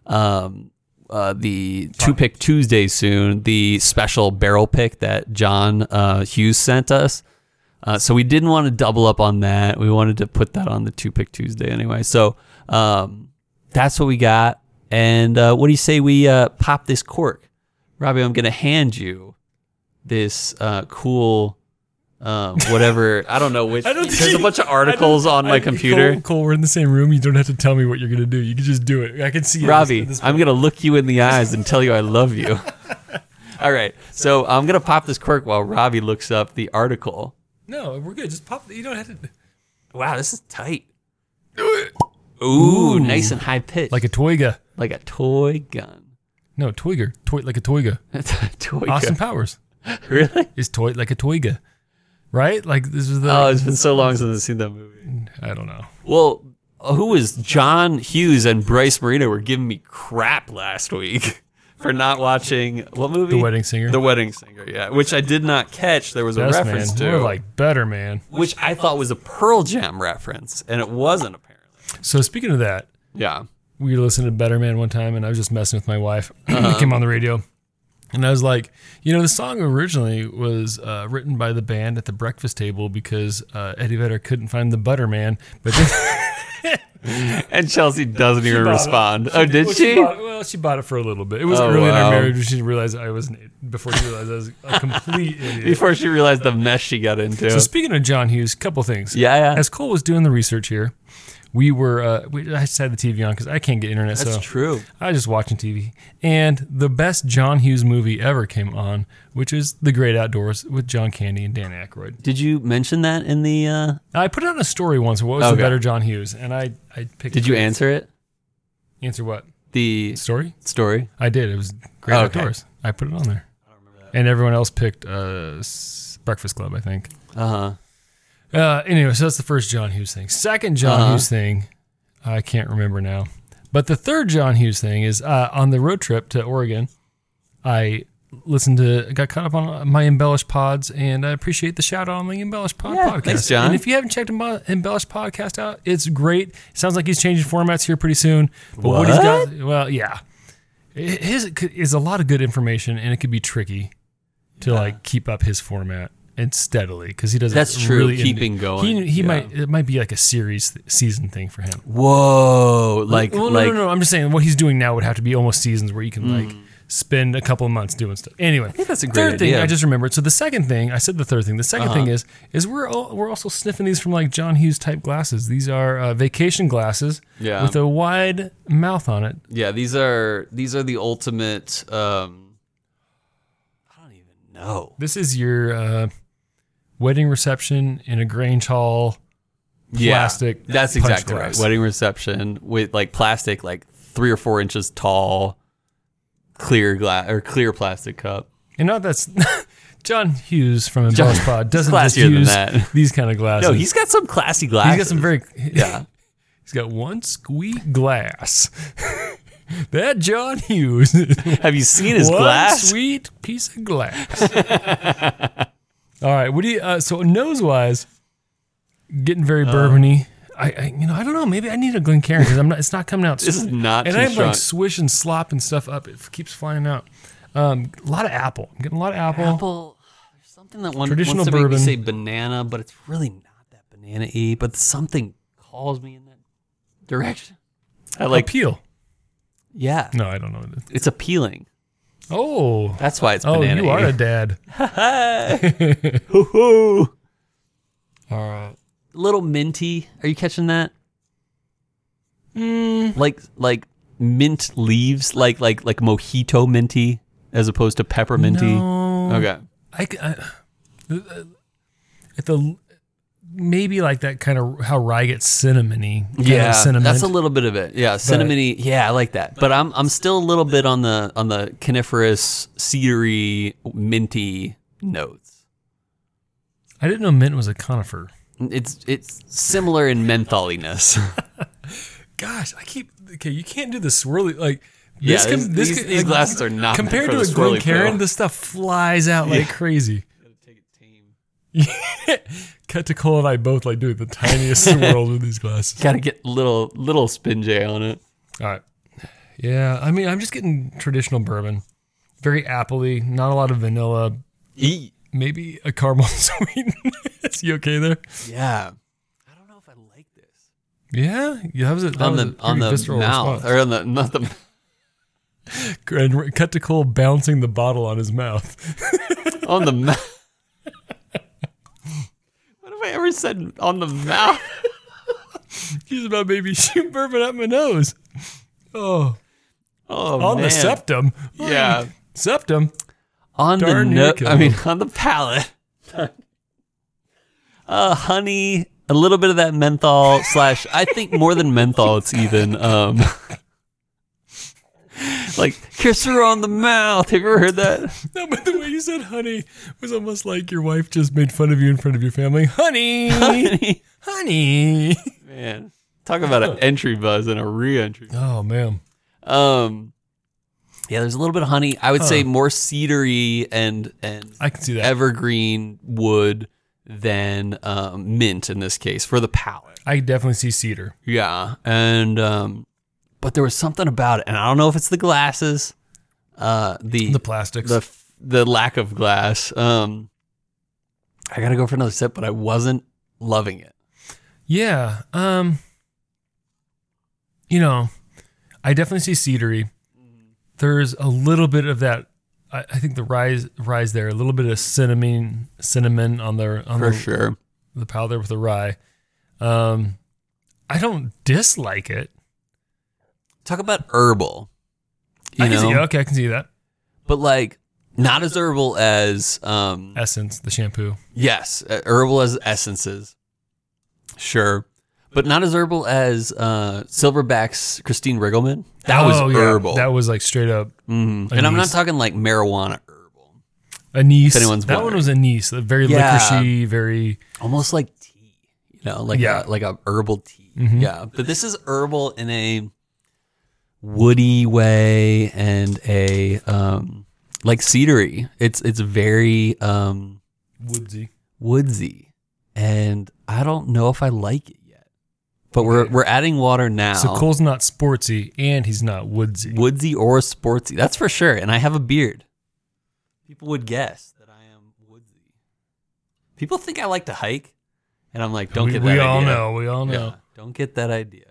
um, uh, the two pick Tuesday soon. The special barrel pick that John uh, Hughes sent us. Uh, so we didn't want to double up on that. We wanted to put that on the two pick Tuesday anyway. So um, that's what we got. And uh, what do you say we uh, pop this cork, Robbie? I'm gonna hand you this uh, cool. Um, [LAUGHS] whatever I don't know which I don't there's think- a bunch of I don't- articles on my I- computer. Cole, Cole, we're in the same room. You don't have to tell me what you're gonna do. You can just do it. I can [LAUGHS] see it. Robbie, This- this- I'm going to look you in the eyes and tell you I love you. [LAUGHS] All right. So I'm going to pop this cork while Robbie looks up the article. no, we're good. Just pop. You don't have to. Wow, this is tight. Ooh, nice and high pitched. Like a Toyga. like a toy gun. [LAUGHS] No, Toyger. Toy like a Toyga. toy Austin Powers gun. [LAUGHS] Really? is toy like a Toyga, right? Like this is the. Oh, it's been so long since I've seen that movie. I don't know. Well, uh, who was John Hughes and Bryce Marino were giving me crap last week [LAUGHS] for not watching what movie? The Wedding Singer. The Wedding Singer, yeah, which I did not catch. There was a Best reference man. to. We're like better man. which I thought was a Pearl Jam reference, and it wasn't apparently. So speaking of that, Yeah. we listened to Better Man one time, and I was just messing with my wife. [CLEARS THROAT] Uh-huh. it came on the radio, and I was like, you know, the song originally was uh, written by the band at the breakfast table because uh, Eddie Vedder couldn't find the Butter Man, but [LAUGHS] then, And Chelsea doesn't even bought it. respond. Oh, did Well, she? bought, well, she bought it for a little bit. It was Oh, early in wow. our marriage when she realized I was an, before she realized I was [LAUGHS] a complete idiot. Before she realized the mess she got into. So speaking of John Hughes, couple things. Yeah, yeah. As Cole was doing the research here, we were uh, we, I just had the TV on because I can't get internet. so true. I was just watching TV, and the best John Hughes movie ever came on, which is The Great Outdoors with John Candy and Dan Aykroyd. Did you mention that in the? Uh, I put out a story once. What was Okay. the better John Hughes? And I I picked. did you answer it? answer what The story? story. I did. It was Great Okay. Outdoors. I put it on there. And everyone else picked uh, S- Breakfast Club, I think. Uh huh. Uh, anyway, so that's the first John Hughes thing. Second John Uh-huh. Hughes thing, I can't remember now. But the third John Hughes thing is uh, on the road trip to Oregon. I listened to, got caught up on my Embellished Pods, and I appreciate the shout out on the Embellished Pod Yeah, podcast. thanks, John. And if you haven't checked Embe- Embellished Podcast out, it's great. Sounds like he's changing formats here pretty soon. But what, he's got, well, yeah, his is a lot of good information, and it could be tricky to like keep up his format and steadily because he does. That's a true, Really keeping going, He, he yeah. might it might be like a series th- season thing for him. Whoa! Like, well, like Mm. no, no, no. I'm just saying what he's doing now would have to be almost seasons where you can like spend a couple of months doing stuff. Anyway, I think that's a great third thing. idea. Uh-huh. I just remembered. So the second thing I said the third thing. The 2nd thing is is we're all, we're also sniffing these from like John Hughes type glasses. These are uh, vacation glasses Yeah. with a wide mouth on it. yeah. These are these are the ultimate. Um, I don't even know. This is your uh, wedding reception in a Grange hall. plastic That's punch exactly glass. right. Wedding reception with like plastic, like three or four inches tall clear glass or clear plastic cup. And not that's [LAUGHS] John Hughes from Embellish Pod doesn't he's just classier than use that. [LAUGHS] these kind of glasses. No, he's got some classy glass. he's got some very yeah. [LAUGHS] He's got one squeak glass. [LAUGHS] that John Hughes. [LAUGHS] Have you seen his one glass? sweet piece of glass. [LAUGHS] All right. What do you? Uh, so nose wise, getting very Uh. bourbony. I, I, you know, I don't know. Maybe I need a Glencairn because I'm not. It's not coming out. [LAUGHS] This is not And too I'm strong. like swishing, slopping stuff up. It f- keeps flying out. Um, a lot of apple. I'm getting a lot of apple. Apple. There's something that one Traditional wants to make me bourbon. say banana, but it's really not that banana-y. But something calls me in that direction. I like. Appeal. yeah, No, I don't know. What it is. it's appealing. Oh. That's why it's Oh, banana. you [LAUGHS] are a dad. [LAUGHS] All right. little minty. Are you catching that? Mm. Like like mint leaves, like like like mojito minty, as opposed to pepperminty. No. Okay. I, c- I- uh, at the maybe like that kind of how rye gets cinnamony. kind of Yeah, cinnamon. that's a little bit of it. Yeah, cinnamony. yeah, I like that. But I'm I'm still a little bit on the on the coniferous, cedary, minty notes. I didn't know mint was a conifer. It's it's similar in mentholiness. [LAUGHS] Gosh, I keep okay. You can't do the swirly like. Yeah, This can, these- this these- can, these like, glasses are not meant compared for to a the swirly Glencairn. pill. This stuff flies out like crazy. [LAUGHS] Cut to Cole and I both like doing [LAUGHS] the tiniest swirls with these glasses. Got to get little little spinjay on it. All right. Yeah, I mean, I'm just getting traditional bourbon, very appley, not a lot of vanilla, Eat. maybe a caramel [LAUGHS] sweetness. you okay there? Yeah. I don't know if I like this. Yeah, yeah, that was a, that on was the a on pretty the visceral mouth response. or on the not the And r- cut to Cole bouncing the bottle on his mouth. [LAUGHS] on the mouth. what have I ever said on the mouth? He's about [LAUGHS] maybe shooting bourbon up my nose. Oh, Oh, on the man. septum. Yeah, septum. on the Darn no- naked. I mean, on the palate. [LAUGHS] uh, honey, a little bit of that menthol slash. I think more than menthol, it's even um. [LAUGHS] Like kiss her on the mouth. Have you ever heard that? No, but the way you said "honey" was almost like your wife just made fun of you in front of your [LAUGHS] family. Honey, honey. Man, talk about an entry buzz and a re-entry. Oh man. Um, yeah, there's a little bit of honey. I would say more cedary and and I can see that. evergreen wood than um, mint in this case for the palate. I definitely see cedar. Yeah, and um, but there was something about it, and I don't know if it's the glasses, uh, the The plastics. the f- the lack of glass. Um, I gotta go for another sip, but I wasn't loving it. yeah. Um. You know, I definitely see cedary. There's a little bit of that. I, I think the rise rise there. A little bit of cinnamon cinnamon on the on For the, sure, the powder with the rye. Um, I don't dislike it. talk about herbal. You I can know, see, okay, I can see that but like not as herbal as um, essence, the shampoo. Yes, uh, herbal as essences. Sure. But not as herbal as uh, Silverback's Christine Riggleman. That Oh, was yeah. herbal. That was like straight up Mhm. And I'm not anise. talking like marijuana herbal. anise. If anyone's that one wondering. was anise, a very Yeah. licoricey, very Almost like tea, you know, like Yeah. Mm-hmm. a, like a herbal tea. Yeah. But this is herbal in a woody way and a um like cedary. It's it's very um woodsy. woodsy. And I don't know if I like it yet. But we're we're adding water now. So Cole's not sportsy and he's not woodsy. woodsy or sportsy. That's for sure. And I have a beard. People would guess that I am woodsy. People think I like to hike, and I'm like, don't we, get that we idea. all know. We all know. Yeah, don't get that idea.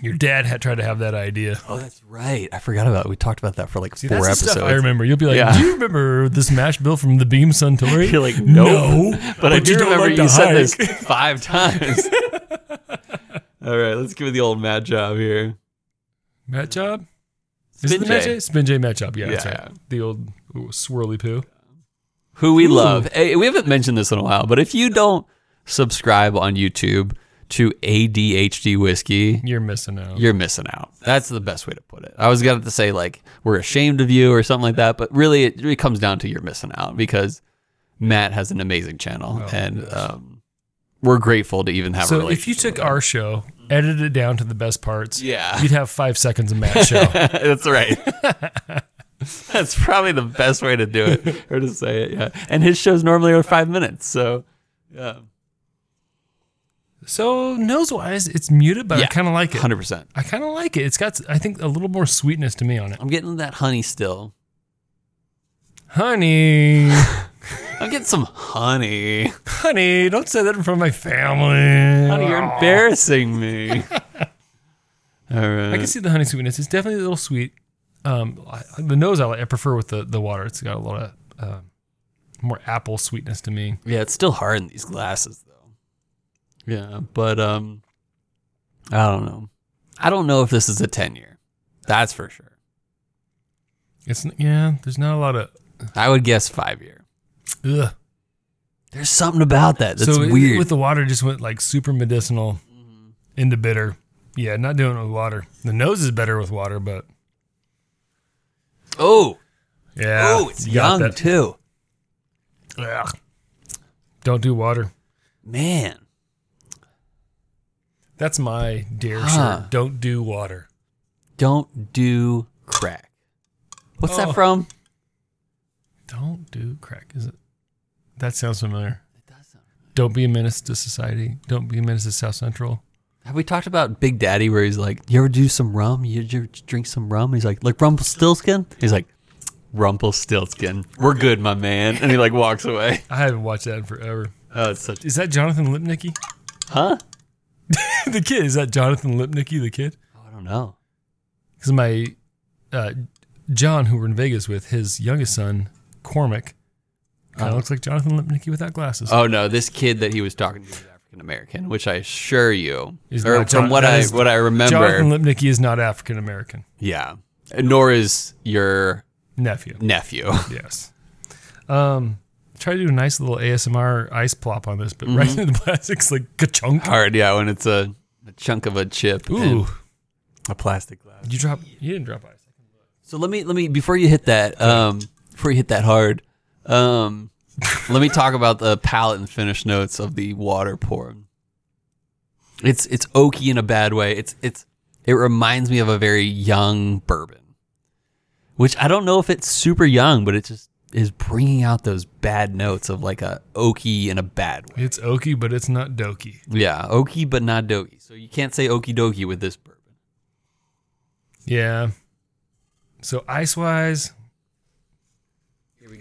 Your dad had tried to have that idea. Oh, that's right. I forgot about. It. We talked about that for like See, four that's the episodes. stuff I remember. You'll be like, Yeah. "Do you remember this mash bill from the Beam [LAUGHS] Suntory?" You're like, "No, [LAUGHS] but, I do you don't remember like you to said this hike." [LAUGHS] five times. all right, let's give it the old mad job here. Matt job. Is it the Spinjay. Matt job? Spin J Matt job. Yeah, that's Yeah. right. The old ooh, swirly poo. Hmm. who we love. Hey, we haven't mentioned this in a while, but if you don't subscribe on YouTube, to ADHD whiskey, You're missing out. you're missing out. That's the best way to put it. I was going to say like we're ashamed of you or something like that, but really it really comes down to you're missing out because Matt has an amazing channel and um, we're grateful to even have a Oh, so if you relationship. took our show, edited it down to the best parts, Yeah. [LAUGHS] you'd have five seconds of Matt's show. That's right. [LAUGHS] That's probably the best way to do it or to say it. Yeah. And his shows normally are 5 minutes, so yeah. so nose wise, it's muted, but I Yeah. kind of like it. 100%. I kind of like it. It's got, I think, a little more sweetness to me on it. I'm getting that honey still. [LAUGHS] Honey, I'm getting some honey. honey, don't say that in front of my family. [LAUGHS] Honey, you're embarrassing [LAUGHS] me. All right. I can see the honey sweetness. It's definitely a little sweet. Um, I, the nose I, like, I prefer with the, the water. It's got a lot of uh, more apple sweetness to me. Yeah, it's still hard in these glasses though. Yeah, but um I don't know. I don't know if this is a 10 year. That's for sure. It's yeah. There's not a lot of I would guess 5 year. ugh. There's something about that that's so it- weird. Mm-hmm. with the water, it just went like super medicinal into bitter. Yeah, not doing it with water. The nose is better with water, but oh, yeah. oh, it's you got young that. too. Ugh. Don't do water. Man. That's my dare Huh. shirt. Don't do water. Don't do crack. What's Oh. that from? Don't do crack. Is it? That sounds familiar. Don't be a menace to society. Don't be a menace to South Central. Have we talked about Big Daddy where he's like, You ever do some rum? You ever drink some rum? He's like, Like Rumpelstiltskin? He's like, Rumpelstiltskin. We're good, my man. And he like walks away. I haven't watched that in forever. Oh, it's such Is that Jonathan Lipnicki? [LAUGHS] Huh? the kid. Is that Jonathan Lipnicki, the kid? Oh, I don't know. Because my uh, John, who we're in Vegas with, his youngest son, Cormac, kind of looks like Jonathan Lipnicki without glasses. Oh no, this kid that he was talking to was African American, which I assure you, Is or not from John- what that I is what I remember, Jonathan Lipnicki is not African American. yeah. Nor is your Nephew. nephew. [LAUGHS] Yes. Um, try to do a nice little ASMR ice plop on this, but right into the plastics like ka-chunk. Hard, yeah. When it's a, a chunk of a chip, Ooh, and a plastic glass. you drop. You didn't drop ice. So let me let me before you hit that, um, before you hit that hard, um, let me talk about the palate and finish notes of the water pour. It's it's oaky in a bad way. It's it's it reminds me of a very young bourbon, which I don't know if it's super young, but it just is bringing out those bad notes of like a oaky in a bad way. It's oaky, but it's not dokey. Yeah, oaky but not dokey. So you can't say okie dokie with this bourbon. Yeah. So ice wise,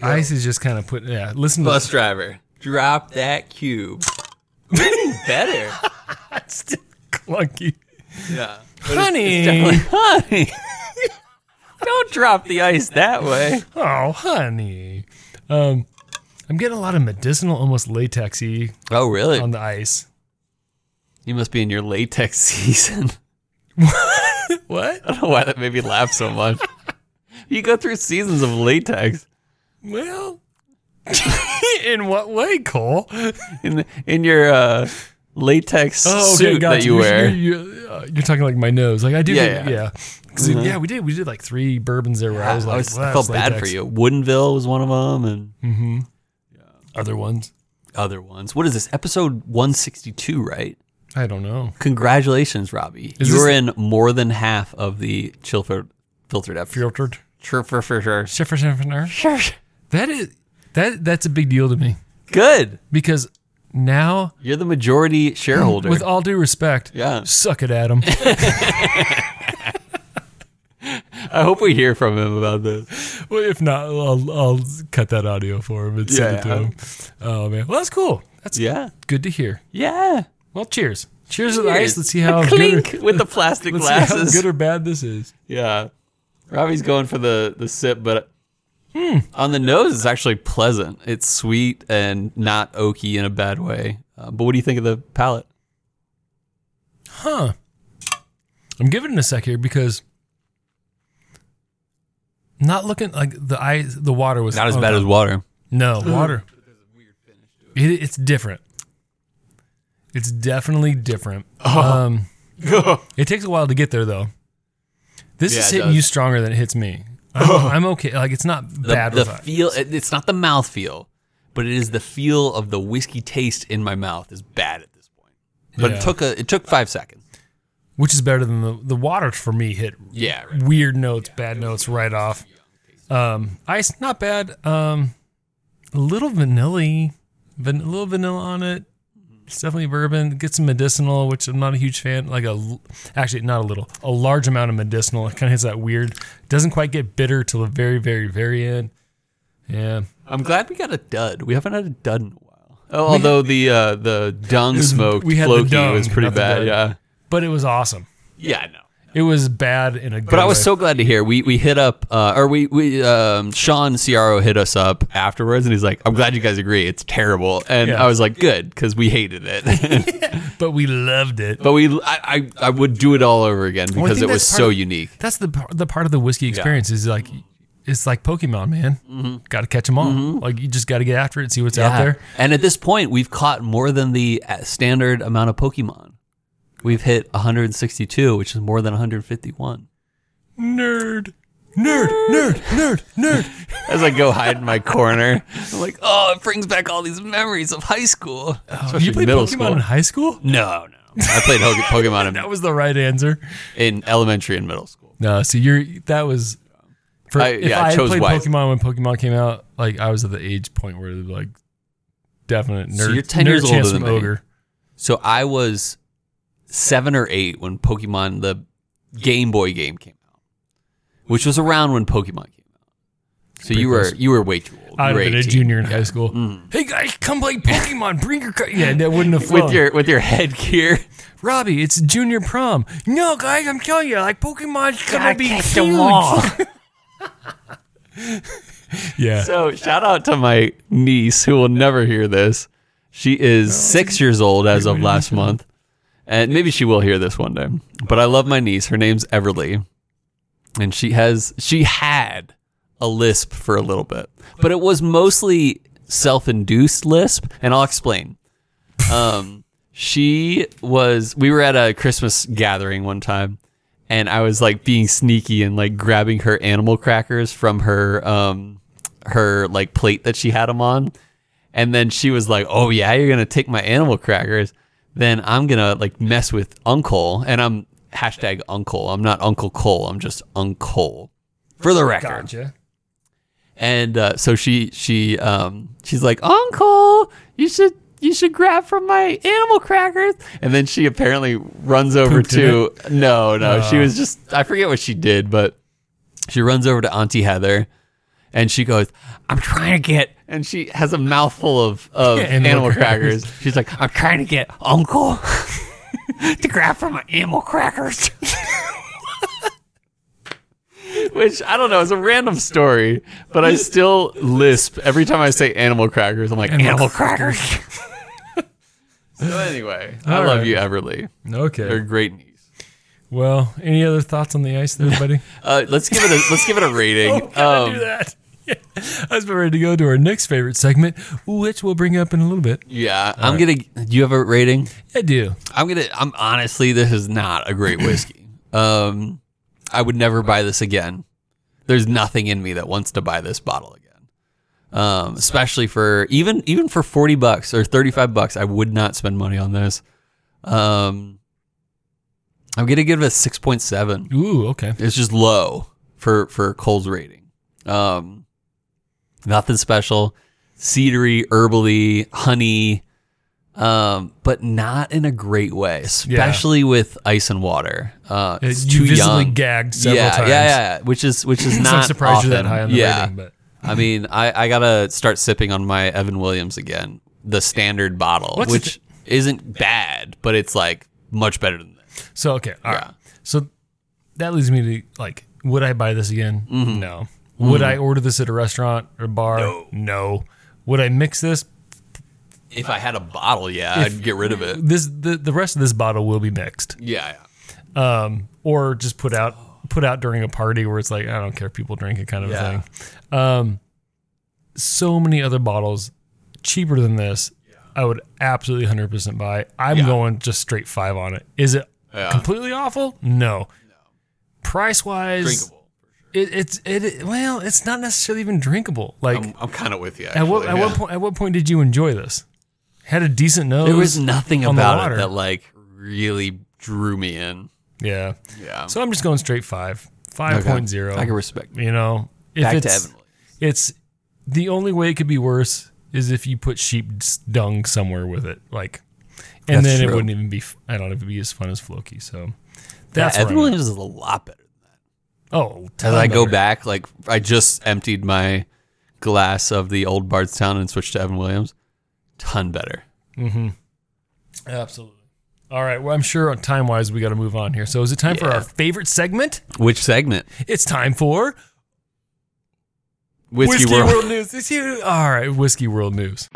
ice is just kind of put. Yeah, listen to Bus driver, drop that [LAUGHS] cube. Ooh, better. Still [LAUGHS] clunky. Yeah. [LAUGHS] Honey. honey. [LAUGHS] Don't drop the ice that way. oh, honey. Um, I'm getting a lot of medicinal, almost latexy Oh, really? on the ice. you must be in your latex [LAUGHS] season. What? I don't know why that made me laugh so much. [LAUGHS] you go through seasons of latex. Well, [LAUGHS] in what way, Cole? In in your uh, latex suit that Oh, gotcha. you You're- wear. You're, you're, uh, you're talking like my nose. Like I do. Yeah, Yeah, yeah. Mm-hmm. yeah. 'Cause it- yeah, we did. We did like three bourbons there where I was like, I, was- I "Well, felt it's bad for latex." you. Woodenville was one of them, and Other ones, other ones. What is this? Episode 162, right? I don't know. Congratulations, Robbie. Is you this- were in more than half of the Chilford filtered episode. Filtered. Sure, for sure, sure. Schiffer, schiffer, ner. Sure. That is that. That's a big deal to me Good. because now, You're the majority shareholder. with all due respect, Yeah. suck it, Adam. [LAUGHS] I hope we hear from him about this. well, if not, I'll, I'll cut that audio for him and send it Yeah. to him. Oh man, well that's cool. That's Yeah. good to hear. Yeah. Well, cheers. Cheers to the ice. Let's see A how clink [LAUGHS] good or, with the plastic let's see how glasses. good or bad this is. yeah. Robbie's going for the the sip, but Hmm. on the nose it's actually pleasant. It's sweet and not oaky in a bad way. Uh, but what do you think of the palate? Huh. I'm giving it a sec here because not looking like the ice, the water was Not as oh, bad [LAUGHS] as water. no water. It, it's different. It's definitely different. Oh. Um, it takes a while to get there, though. This Yeah, is it hitting does. Oh. you stronger than it hits me. I'm, I'm okay. Like it's not The, bad. the with it. feel, it- it's not the mouth feel, but it is the feel of the whiskey taste in my mouth is bad at this point. But Yeah. it took a, it took five seconds. which is better than the the water for me hit Yeah, right. weird notes, bad notes right off. Um, ice not bad. Um, a little vanilla, van- a little vanilla on it. It's definitely bourbon. Get some medicinal, which I'm not a huge fan. Like a l- actually not a little, a large amount of medicinal. It kind of has that weird. Doesn't quite get bitter till the very, very, very end. Yeah, I'm glad we got a dud. We haven't had a dud in a while. Oh, although the uh, the dung smoked we had the Floki dung, was pretty not the bad. dud. Yeah, but it was awesome. yeah, no. It was bad in a. But I was so glad to hear. We we hit up, uh, or we we um, Sean Ciaro hit us up afterwards, and he's like, "I'm glad you guys agree. It's terrible." And Yeah. I was like, "Good," because we hated it. [LAUGHS] but we loved it. but we, I, I, I would do it all over again Well, I because think it was that's part so of- unique. That's the par- the part of the whiskey experience is like it's like Pokemon, man. Got to catch them all. Like you just got to get after it, and see what's out Mm-hmm. Yeah. there. And at this point, we've caught more than the uh, standard amount of Pokemon. We've hit 162, which is more than 151. Nerd, nerd, nerd, nerd, nerd. As I go hide in my corner, I'm like, "Oh, it brings back all these memories of high school." [LAUGHS] Especially Oh, you played middle Pokemon in high school? No, no. I played [LAUGHS] Hoke- Pokemon in That was the right answer. in elementary and middle school. No, see, you're that was. For, I- if yeah, I I, had chose played wisely. Pokemon when Pokemon came out, like I was at the age point where it was like definite nerd. So you're 10 nerd years older chance than from me. Ogre. So I was seven or eight when Pokemon, the Game Boy game, came out, which was around when Pokemon came out. So you were close. you were way too old. I'd you have were been a 18. junior in high school. Hey guys, come play Pokemon. Bring your cu-" yeah, that wouldn't have flown. Mm. with your with your headgear. Robbie, it's junior prom. No, guys, I'm telling you, like Pokemon's gonna be huge. [LAUGHS] yeah, So shout out to my niece who will never hear this. She is six years old as of last month, and maybe she will hear this one day. But I love my niece. Her name's Everly, and she has she had a lisp for a little bit, but it was mostly self-induced lisp, and I'll explain. Um, she was. We were at a Christmas gathering one time. And I was like being sneaky and like grabbing her animal crackers from her um, her like plate that she had them on. And then she was like, "Oh yeah, you're gonna take my animal crackers. Then I'm gonna like mess with Uncle." And I'm hashtag Uncle. I'm not Uncle Cole. I'm just Uncle, for the record. gotcha. And uh, so she she um, she's like, "Uncle, you should." You should grab from my animal crackers, and then she apparently runs over Pooped in to. [LAUGHS] No, no, she was just. I forget what she did, but she runs over to Auntie Heather, and she goes, "I'm trying to get," and she has a mouthful of, of [LAUGHS] Yeah, animal, animal crackers. She's like, "I'm trying to get Uncle [LAUGHS] to grab from my animal crackers," which I don't know. It's a random story, but I still lisp every time I say animal crackers. I'm like animal, crackers. [LAUGHS] so anyway, I All love right. you, Everly. You're Okay. a great niece. Well, any other thoughts on the ice, there, [LAUGHS] buddy? Uh, let's give it a let's give it a [LAUGHS] rating. Uh, Gotta do that. [LAUGHS] I was about ready to go to our next favorite segment, which we'll bring up in a little bit. yeah, I'm gonna. Do you have a rating? I do. I'm gonna. I'm honestly, this is not a great whiskey. um, I would never buy this again. There's nothing in me that wants to buy this bottle again. Um, especially for even even for forty bucks or thirty five bucks, I would not spend money on this. Um, I'm gonna give it a six point seven. Ooh, okay. It's just low for for Cole's rating. Um, nothing special, cedary, herbally, honey, um, but not in a great way, especially with ice and water. Uh, Uh, it's you too visibly young. gagged several yeah, times. yeah, yeah, which is which [LAUGHS] is So not I'm surprised often. you're that high on the yeah. rating, but I mean, I, I gotta start sipping on my Evan Williams again, the standard bottle, What's the which isn't bad, but it's like much better than this. So okay, all right. So that leads me to like, would I buy this again? Mm-hmm. No. Would I order this at a restaurant or bar? No. Would I mix this? If I had a bottle, yeah, I'd get rid of it. This the, the rest of this bottle will be mixed, Yeah, yeah. um, or just put out put out during a party where it's like I don't care if people drink it kind of a Yeah. thing. Um, so many other bottles cheaper than this I would absolutely 100% buy. I'm Yeah. going just straight five on it. Is it Yeah. completely awful? No. Price wise, Drinkable. it, it's it, it- Well, it's not necessarily even drinkable. Like Um, I'm, I'm kind of with you. at what actually, at what yeah. point at what point did you enjoy this? Had a decent nose. There was nothing on the about water. it that like really drew me in. Yeah. Yeah. So I'm just going straight five. 5.0. I can respect. you know, if Back to it's, Evan. Williams. it's the only way it could be worse is if you put sheep's dung somewhere with it, like, and That's then it true. wouldn't even be. f- I don't know if it'd be as fun as Floki. So that's That's where Evan I'm at. Williams is a lot better. oh, As ton I go better. back, like I just emptied my glass of the old Bardstown and switched to Evan Williams. Ton better. absolutely. All right, well, I'm sure time wise we got to move on here. So is it time for Yeah. our favorite segment? Which segment? It's time for Whiskey, Whiskey World. World News. This year- All right, Whiskey World News.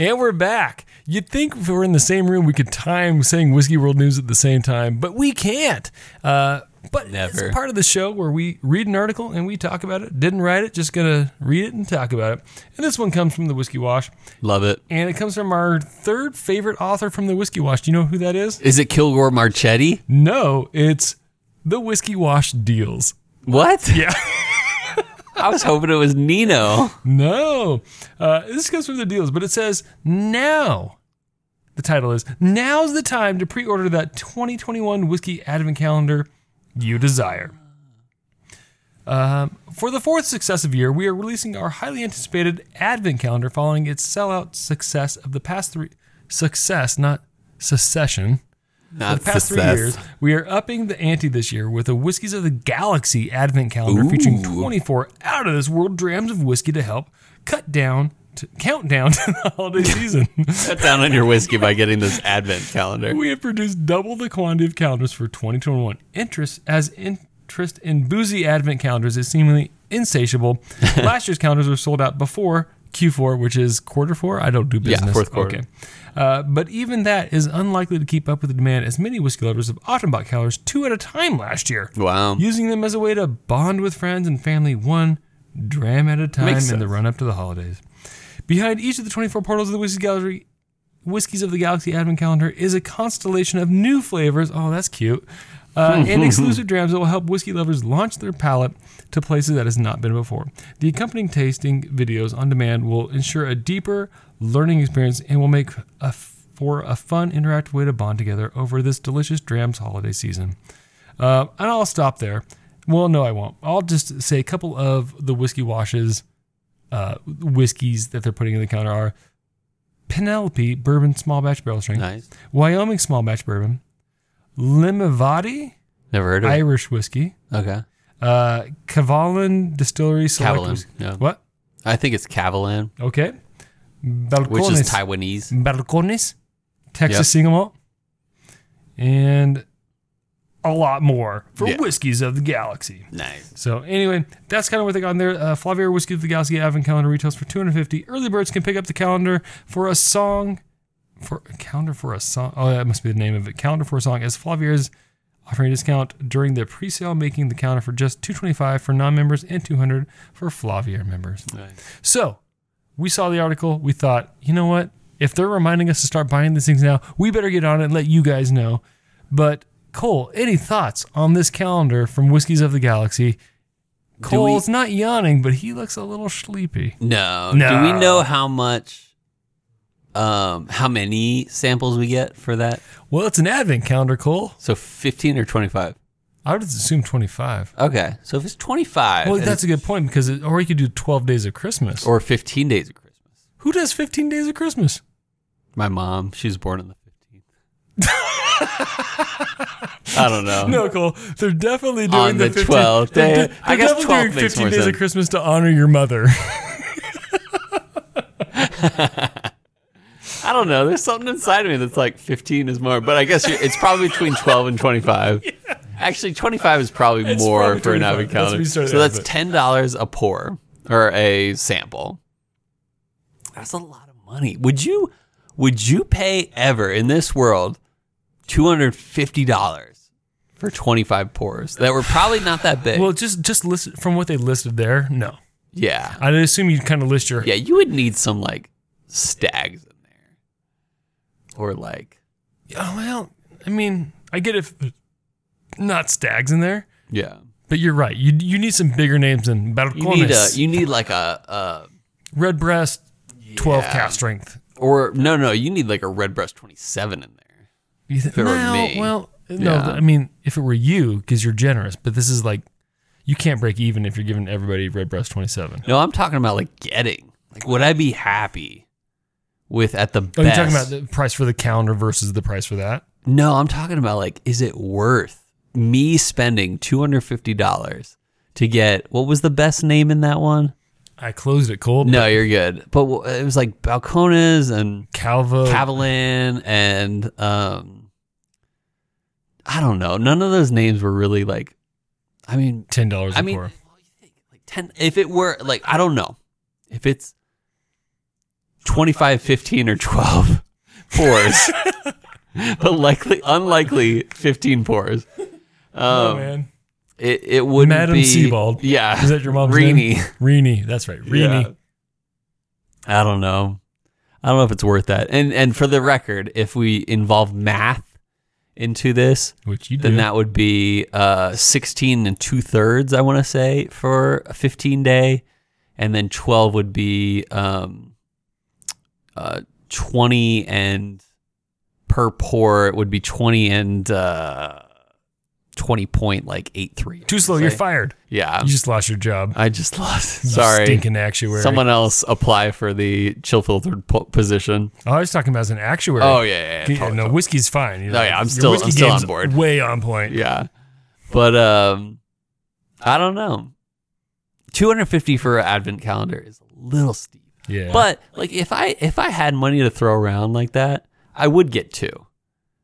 And we're back. You'd think if we were in the same room, we could time saying Whiskey World News at the same time, but we can't. Uh, but Never. it's part of the show where we read an article and we talk about it. Didn't write it, just gonna read it and talk about it. And this one comes from the Whiskey Wash, Love it. and it comes from our third favorite author from the Whiskey Wash. Do you know who that is? Is it Kilgore Marchetti? No, it's the Whiskey Wash Deals. What? Yeah. [LAUGHS] [LAUGHS] I was hoping it was Nino. No. Uh, this comes from the deals, but it says now. The title is Now's the Time to Pre Order That 2021 Whiskey Advent Calendar You Desire. Um, for the fourth successive year, we are releasing our highly anticipated Advent Calendar following its sellout success of the past three. Success, not secession. Not The past three success. years, we are upping the ante this year with a Whiskies of the Galaxy advent calendar featuring 24 out of this world drams of whiskey to help cut down, to, count down [LAUGHS] to the [LAUGHS] holiday season. Cut down on your whiskey by getting this advent calendar. we have produced double the quantity of calendars for 2021. Interest as interest in boozy advent calendars is seemingly [LAUGHS] insatiable. Last year's calendars were sold out before Q4, which is quarter four. I don't do Yeah, business. fourth quarter. Okay. Uh, but even that is unlikely to keep up with the demand, as many whiskey lovers have often bought calendars two at a time last year Wow. using them as a way to bond with friends and family one dram at a time Makes in the sense. run up to the holidays. Behind each of the 24 portals of the Whiskey Gallery, Whiskeys of the Galaxy Advent Calendar is a constellation of new flavors. Oh, that's cute. [LAUGHS] Uh, and exclusive drams that will help whiskey lovers launch their palate to places that has not been before. The accompanying tasting videos on demand will ensure a deeper learning experience and will make a, for a fun, interactive way to bond together over this delicious drams holiday season. Uh, and I'll stop there. Well, no, I won't. I'll just say a couple of the whiskey washes, uh, whiskeys that they're putting in the counter are Penelope Bourbon Small Batch Barrel Strength, nice. Wyoming Small Batch Bourbon, Limavady Never heard of it. Irish Whiskey, Okay. uh, Cavalin Distillery Select Cavalin, Whiskey. yeah. What? I think it's Cavalan, Okay. Balcones. which is Taiwanese. Balcones, Texas Yep. single malt, and a lot more for Yeah. whiskeys of the galaxy. Nice. So anyway, that's kind of what they got in there. Uh, Flavier Whiskey of the Galaxy Advent Calendar retails for 250. Early birds can pick up the calendar for a song, for a calendar for a song. Oh, that must be the name of it. Calendar for a song as Flavier's offering a discount during the pre-sale, making the calendar for just 225 for non-members and 200 for Flavier members. So we saw the article. We thought, you know what? If they're reminding us to start buying these things now, we better get on it and let you guys know. But Cole, any thoughts on this calendar from Whiskies of the Galaxy? Cole's not yawning, but he looks a little sleepy. No. No. Do we know how much, um, how many samples we get for that? Well, it's an advent calendar, Cole. So 15 or 25? I would assume 25. Okay. So if it's 25 Well, and that's a good point because, it, or you could do 12 days of Christmas. or 15 days of Christmas. Who does 15 days of Christmas? My mom, she was born on the 15th. [LAUGHS] I don't know. No, Cole. They're definitely doing On the 15 12th they're day. de- I they're guess definitely 12 doing makes 15 more days of sense. Eh. Christmas to honor your mother. I don't know. There's something inside of me that's like 15 is more, but I guess you're, it's probably between 12 and 25. Actually, 25 is probably more probably for an 25. avid That's what calendar. we started so out that's with. $10 a pour or a sample. That's a lot of money. Would you would you pay ever in this world $250 for 25 pours that were probably not that big? Well, just just listen from what they listed there. No, Yeah. I'd assume you'd kind of list your Yeah, you would need some like stags in there. Or like Oh well, I mean, I get if not stags in there, yeah. but you're right. You you need some bigger names You need than uh, a Barracones, you need like a, red breast, twelve Yeah. calf strength. a or no no, you need like a redbreast 27 in there. You think, it were no, me. well, no. Yeah. I mean, if it were you, because you're generous, but this is like, you can't break even if you're giving everybody red breast twenty seven. No, I'm talking about like getting. Like would I be happy with at the best? Oh, you're talking about the price for the calendar versus the price for that. No, I'm talking about like, is it worth me spending $250 to get what was the best name in that one? I closed it cold. No, you're good. But w- it was like Balcones and Calvo. Cavalin and um, I don't know. None of those names were really like, I mean, Ten dollars. I mean, um, well, you think like ten. If it were like, I don't know, if it's 25, 15, or [LAUGHS] 12 pours, but likely, [LAUGHS] unlikely, fifteen pours. [LAUGHS] oh Um, man, it it would Madam be Sebald. Yeah, is that your mom's Reenie? name? Reenie. That's right. Reenie. I don't know. I don't know if it's worth that. And and for the record, if we involve math into this, Which you then do. that would be uh, 16 and two thirds, I want to say, for a 15 day. And then 12 would be um, uh, 20 and per pour, it would be 20 and uh, 20.83. Too slow. You're fired. Yeah. You just lost your job. I just lost. You Oh. Sorry. Stinking actuary. Someone else apply for the chill filtered po- position. Oh, I was talking about as an actuary. Oh yeah, yeah, yeah, Yeah, totally, no, totally. whiskey's fine. You No, Oh, yeah, I'm your still- whiskey I'm still on game's board. Way on point. yeah. But um, I don't know. 250 for an advent calendar is a little steep. Yeah. But like, if I if I had money to throw around like that, I would get two,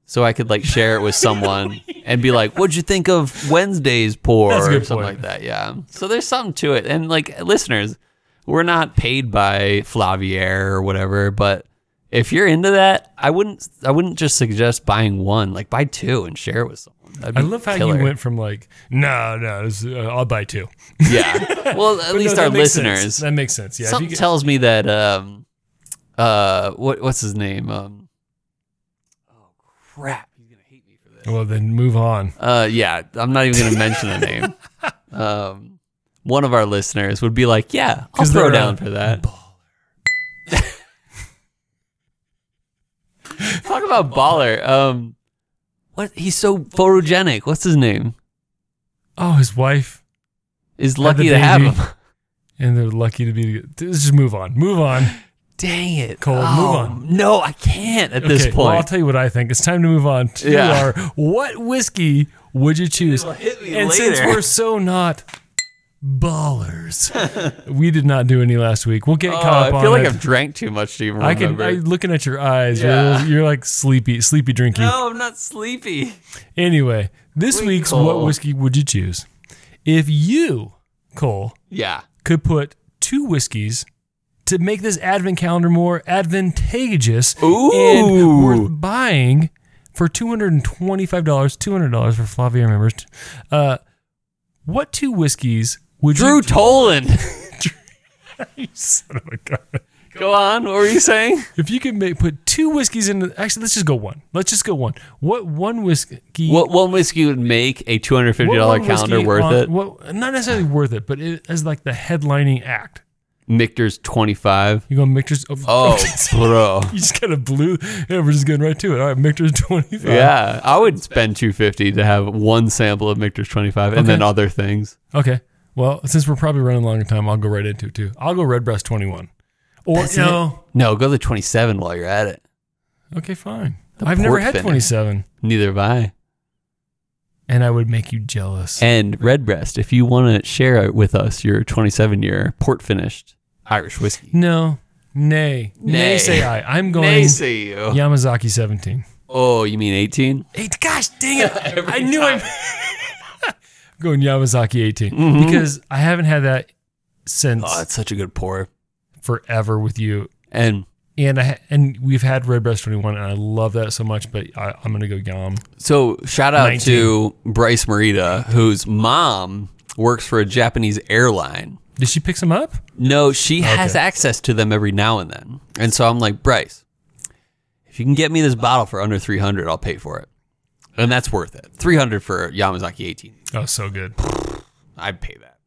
so I could like share it [LAUGHS] with someone and be like, "What'd you think of Wednesday's pour?" That's a or good something point. like that. Yeah. So there's something to it, and like listeners, we're not paid by Flavier or whatever, but if you're into that, I wouldn't I wouldn't just suggest buying one. Like buy two and share it with someone. That'd I be love how killer. you went from like, no, no, this, uh, I'll buy two. [LAUGHS] Yeah. Well, at But least no, our that makes sense. listeners. That makes sense. Yeah. if Something you get- tells me that um uh what what's his name? Um Oh crap. He's gonna hate me for this. well, then move on. Uh yeah, I'm not even gonna mention the [LAUGHS] name. Um one of our listeners would be like, Yeah, I'll 'Cause throw they're uh, down a for that. Talk about baller. Um what he's so photogenic. What's his name? Oh, his wife Is had the lucky to have baby, him. [LAUGHS] And they're lucky to be. Let's just move on. Move on. Dang it. Cole, move Oh, on. No, I can't at [LAUGHS] this Okay, point. Well, I'll tell you what I think. It's time to move on to Yeah. our what whiskey would you choose? hit me and since later. we're so not ballers, we did not do any last week. We'll get Oh, caught up I feel on like it. I've drank too much to even I can. remember. I, [LAUGHS] looking at your eyes, Yeah. you're, a little- you're like sleepy, sleepy drinking. no, I'm not sleepy. Anyway, this Wait, week's Cole. what whiskey would you choose? If you, Cole, Yeah. could put two whiskeys to make this advent calendar more advantageous Ooh. and worth buying for $225, $200 for Flavier members. Uh, what two whiskeys would Drew you... Toland. You [LAUGHS] son of a gun. Go on. What were you saying? If you could make, put two whiskeys in... Actually, let's just go one. Let's just go one. What one whiskey... What one whiskey would make a two hundred fifty what dollar one calendar whiskey worth on- it? What, not necessarily worth it, but it, as like the headlining act. Michter's twenty five. You go Michter's... [LAUGHS] Oh, bro. You just kind of blew. Yeah, we're just getting right to it. All right, Michter's 25. Yeah, I would spend two fifty to have one sample of Michter's twenty five, and then Okay. other things. Okay. Well, since we're probably running long on time, I'll go right into it too. I'll go Redbreast 21. Or no. No, go to twenty seven while you're at it. Okay, fine. I've never port had finish. 27, Neither have I. and I would make you jealous. And Redbreast, if you want to share with us your twenty seven year port finished Irish whiskey, no, nay, nay, Nay. say I. I'm going Nay, see you. Yamazaki 17. Oh, you mean 18? Eight, gosh, dang it! I knew I'm [LAUGHS] going Yamazaki 18 Mm-hmm. because I haven't had that since Oh, it's such a good pour. forever with you. And and I and we've had Red Breast 21, and I love that so much. But I, I'm gonna go Yum. so, shout out to Bryce Marita, whose mom works for a Japanese airline. Did she pick some up? No, she has Okay. access to them every now and then. And so I'm like, Bryce, if you can get me this bottle for under 300, I'll pay for it. And that's worth it. 300 for Yamazaki 18. Oh, so good. I'd pay that.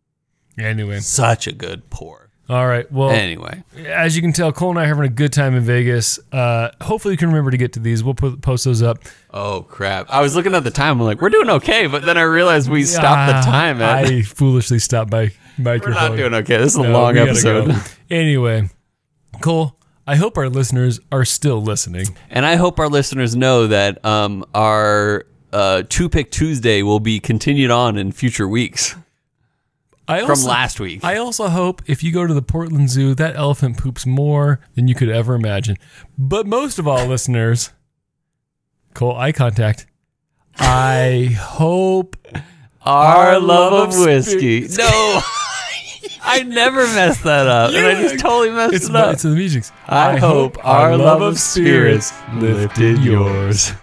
Anyway, Such a good pour. all right. Well, Anyway, as you can tell, Cole and I are having a good time in Vegas. Uh, hopefully, you can remember to get to these. We'll put, post those up. oh crap. I was looking at the time. I'm like, we're doing okay. But then I realized we stopped Ah, the time at. I foolishly stopped my microphone. We're not doing okay. This is a No, long Uh, we gotta episode. go. Anyway, Cole, I hope our listeners are still listening. And I hope our listeners know that um, our uh, Two Pick Tuesday will be continued on in future weeks I from also, last week. I also hope if you go to the Portland Zoo, that elephant poops more than you could ever imagine. But most of all, listeners, Cole, eye contact. I hope Our, Our love, love of of whiskey. [LAUGHS] No, I never messed that up, and I just totally messed it's it up. not to the musings. I hope our love of spirits lifted yours.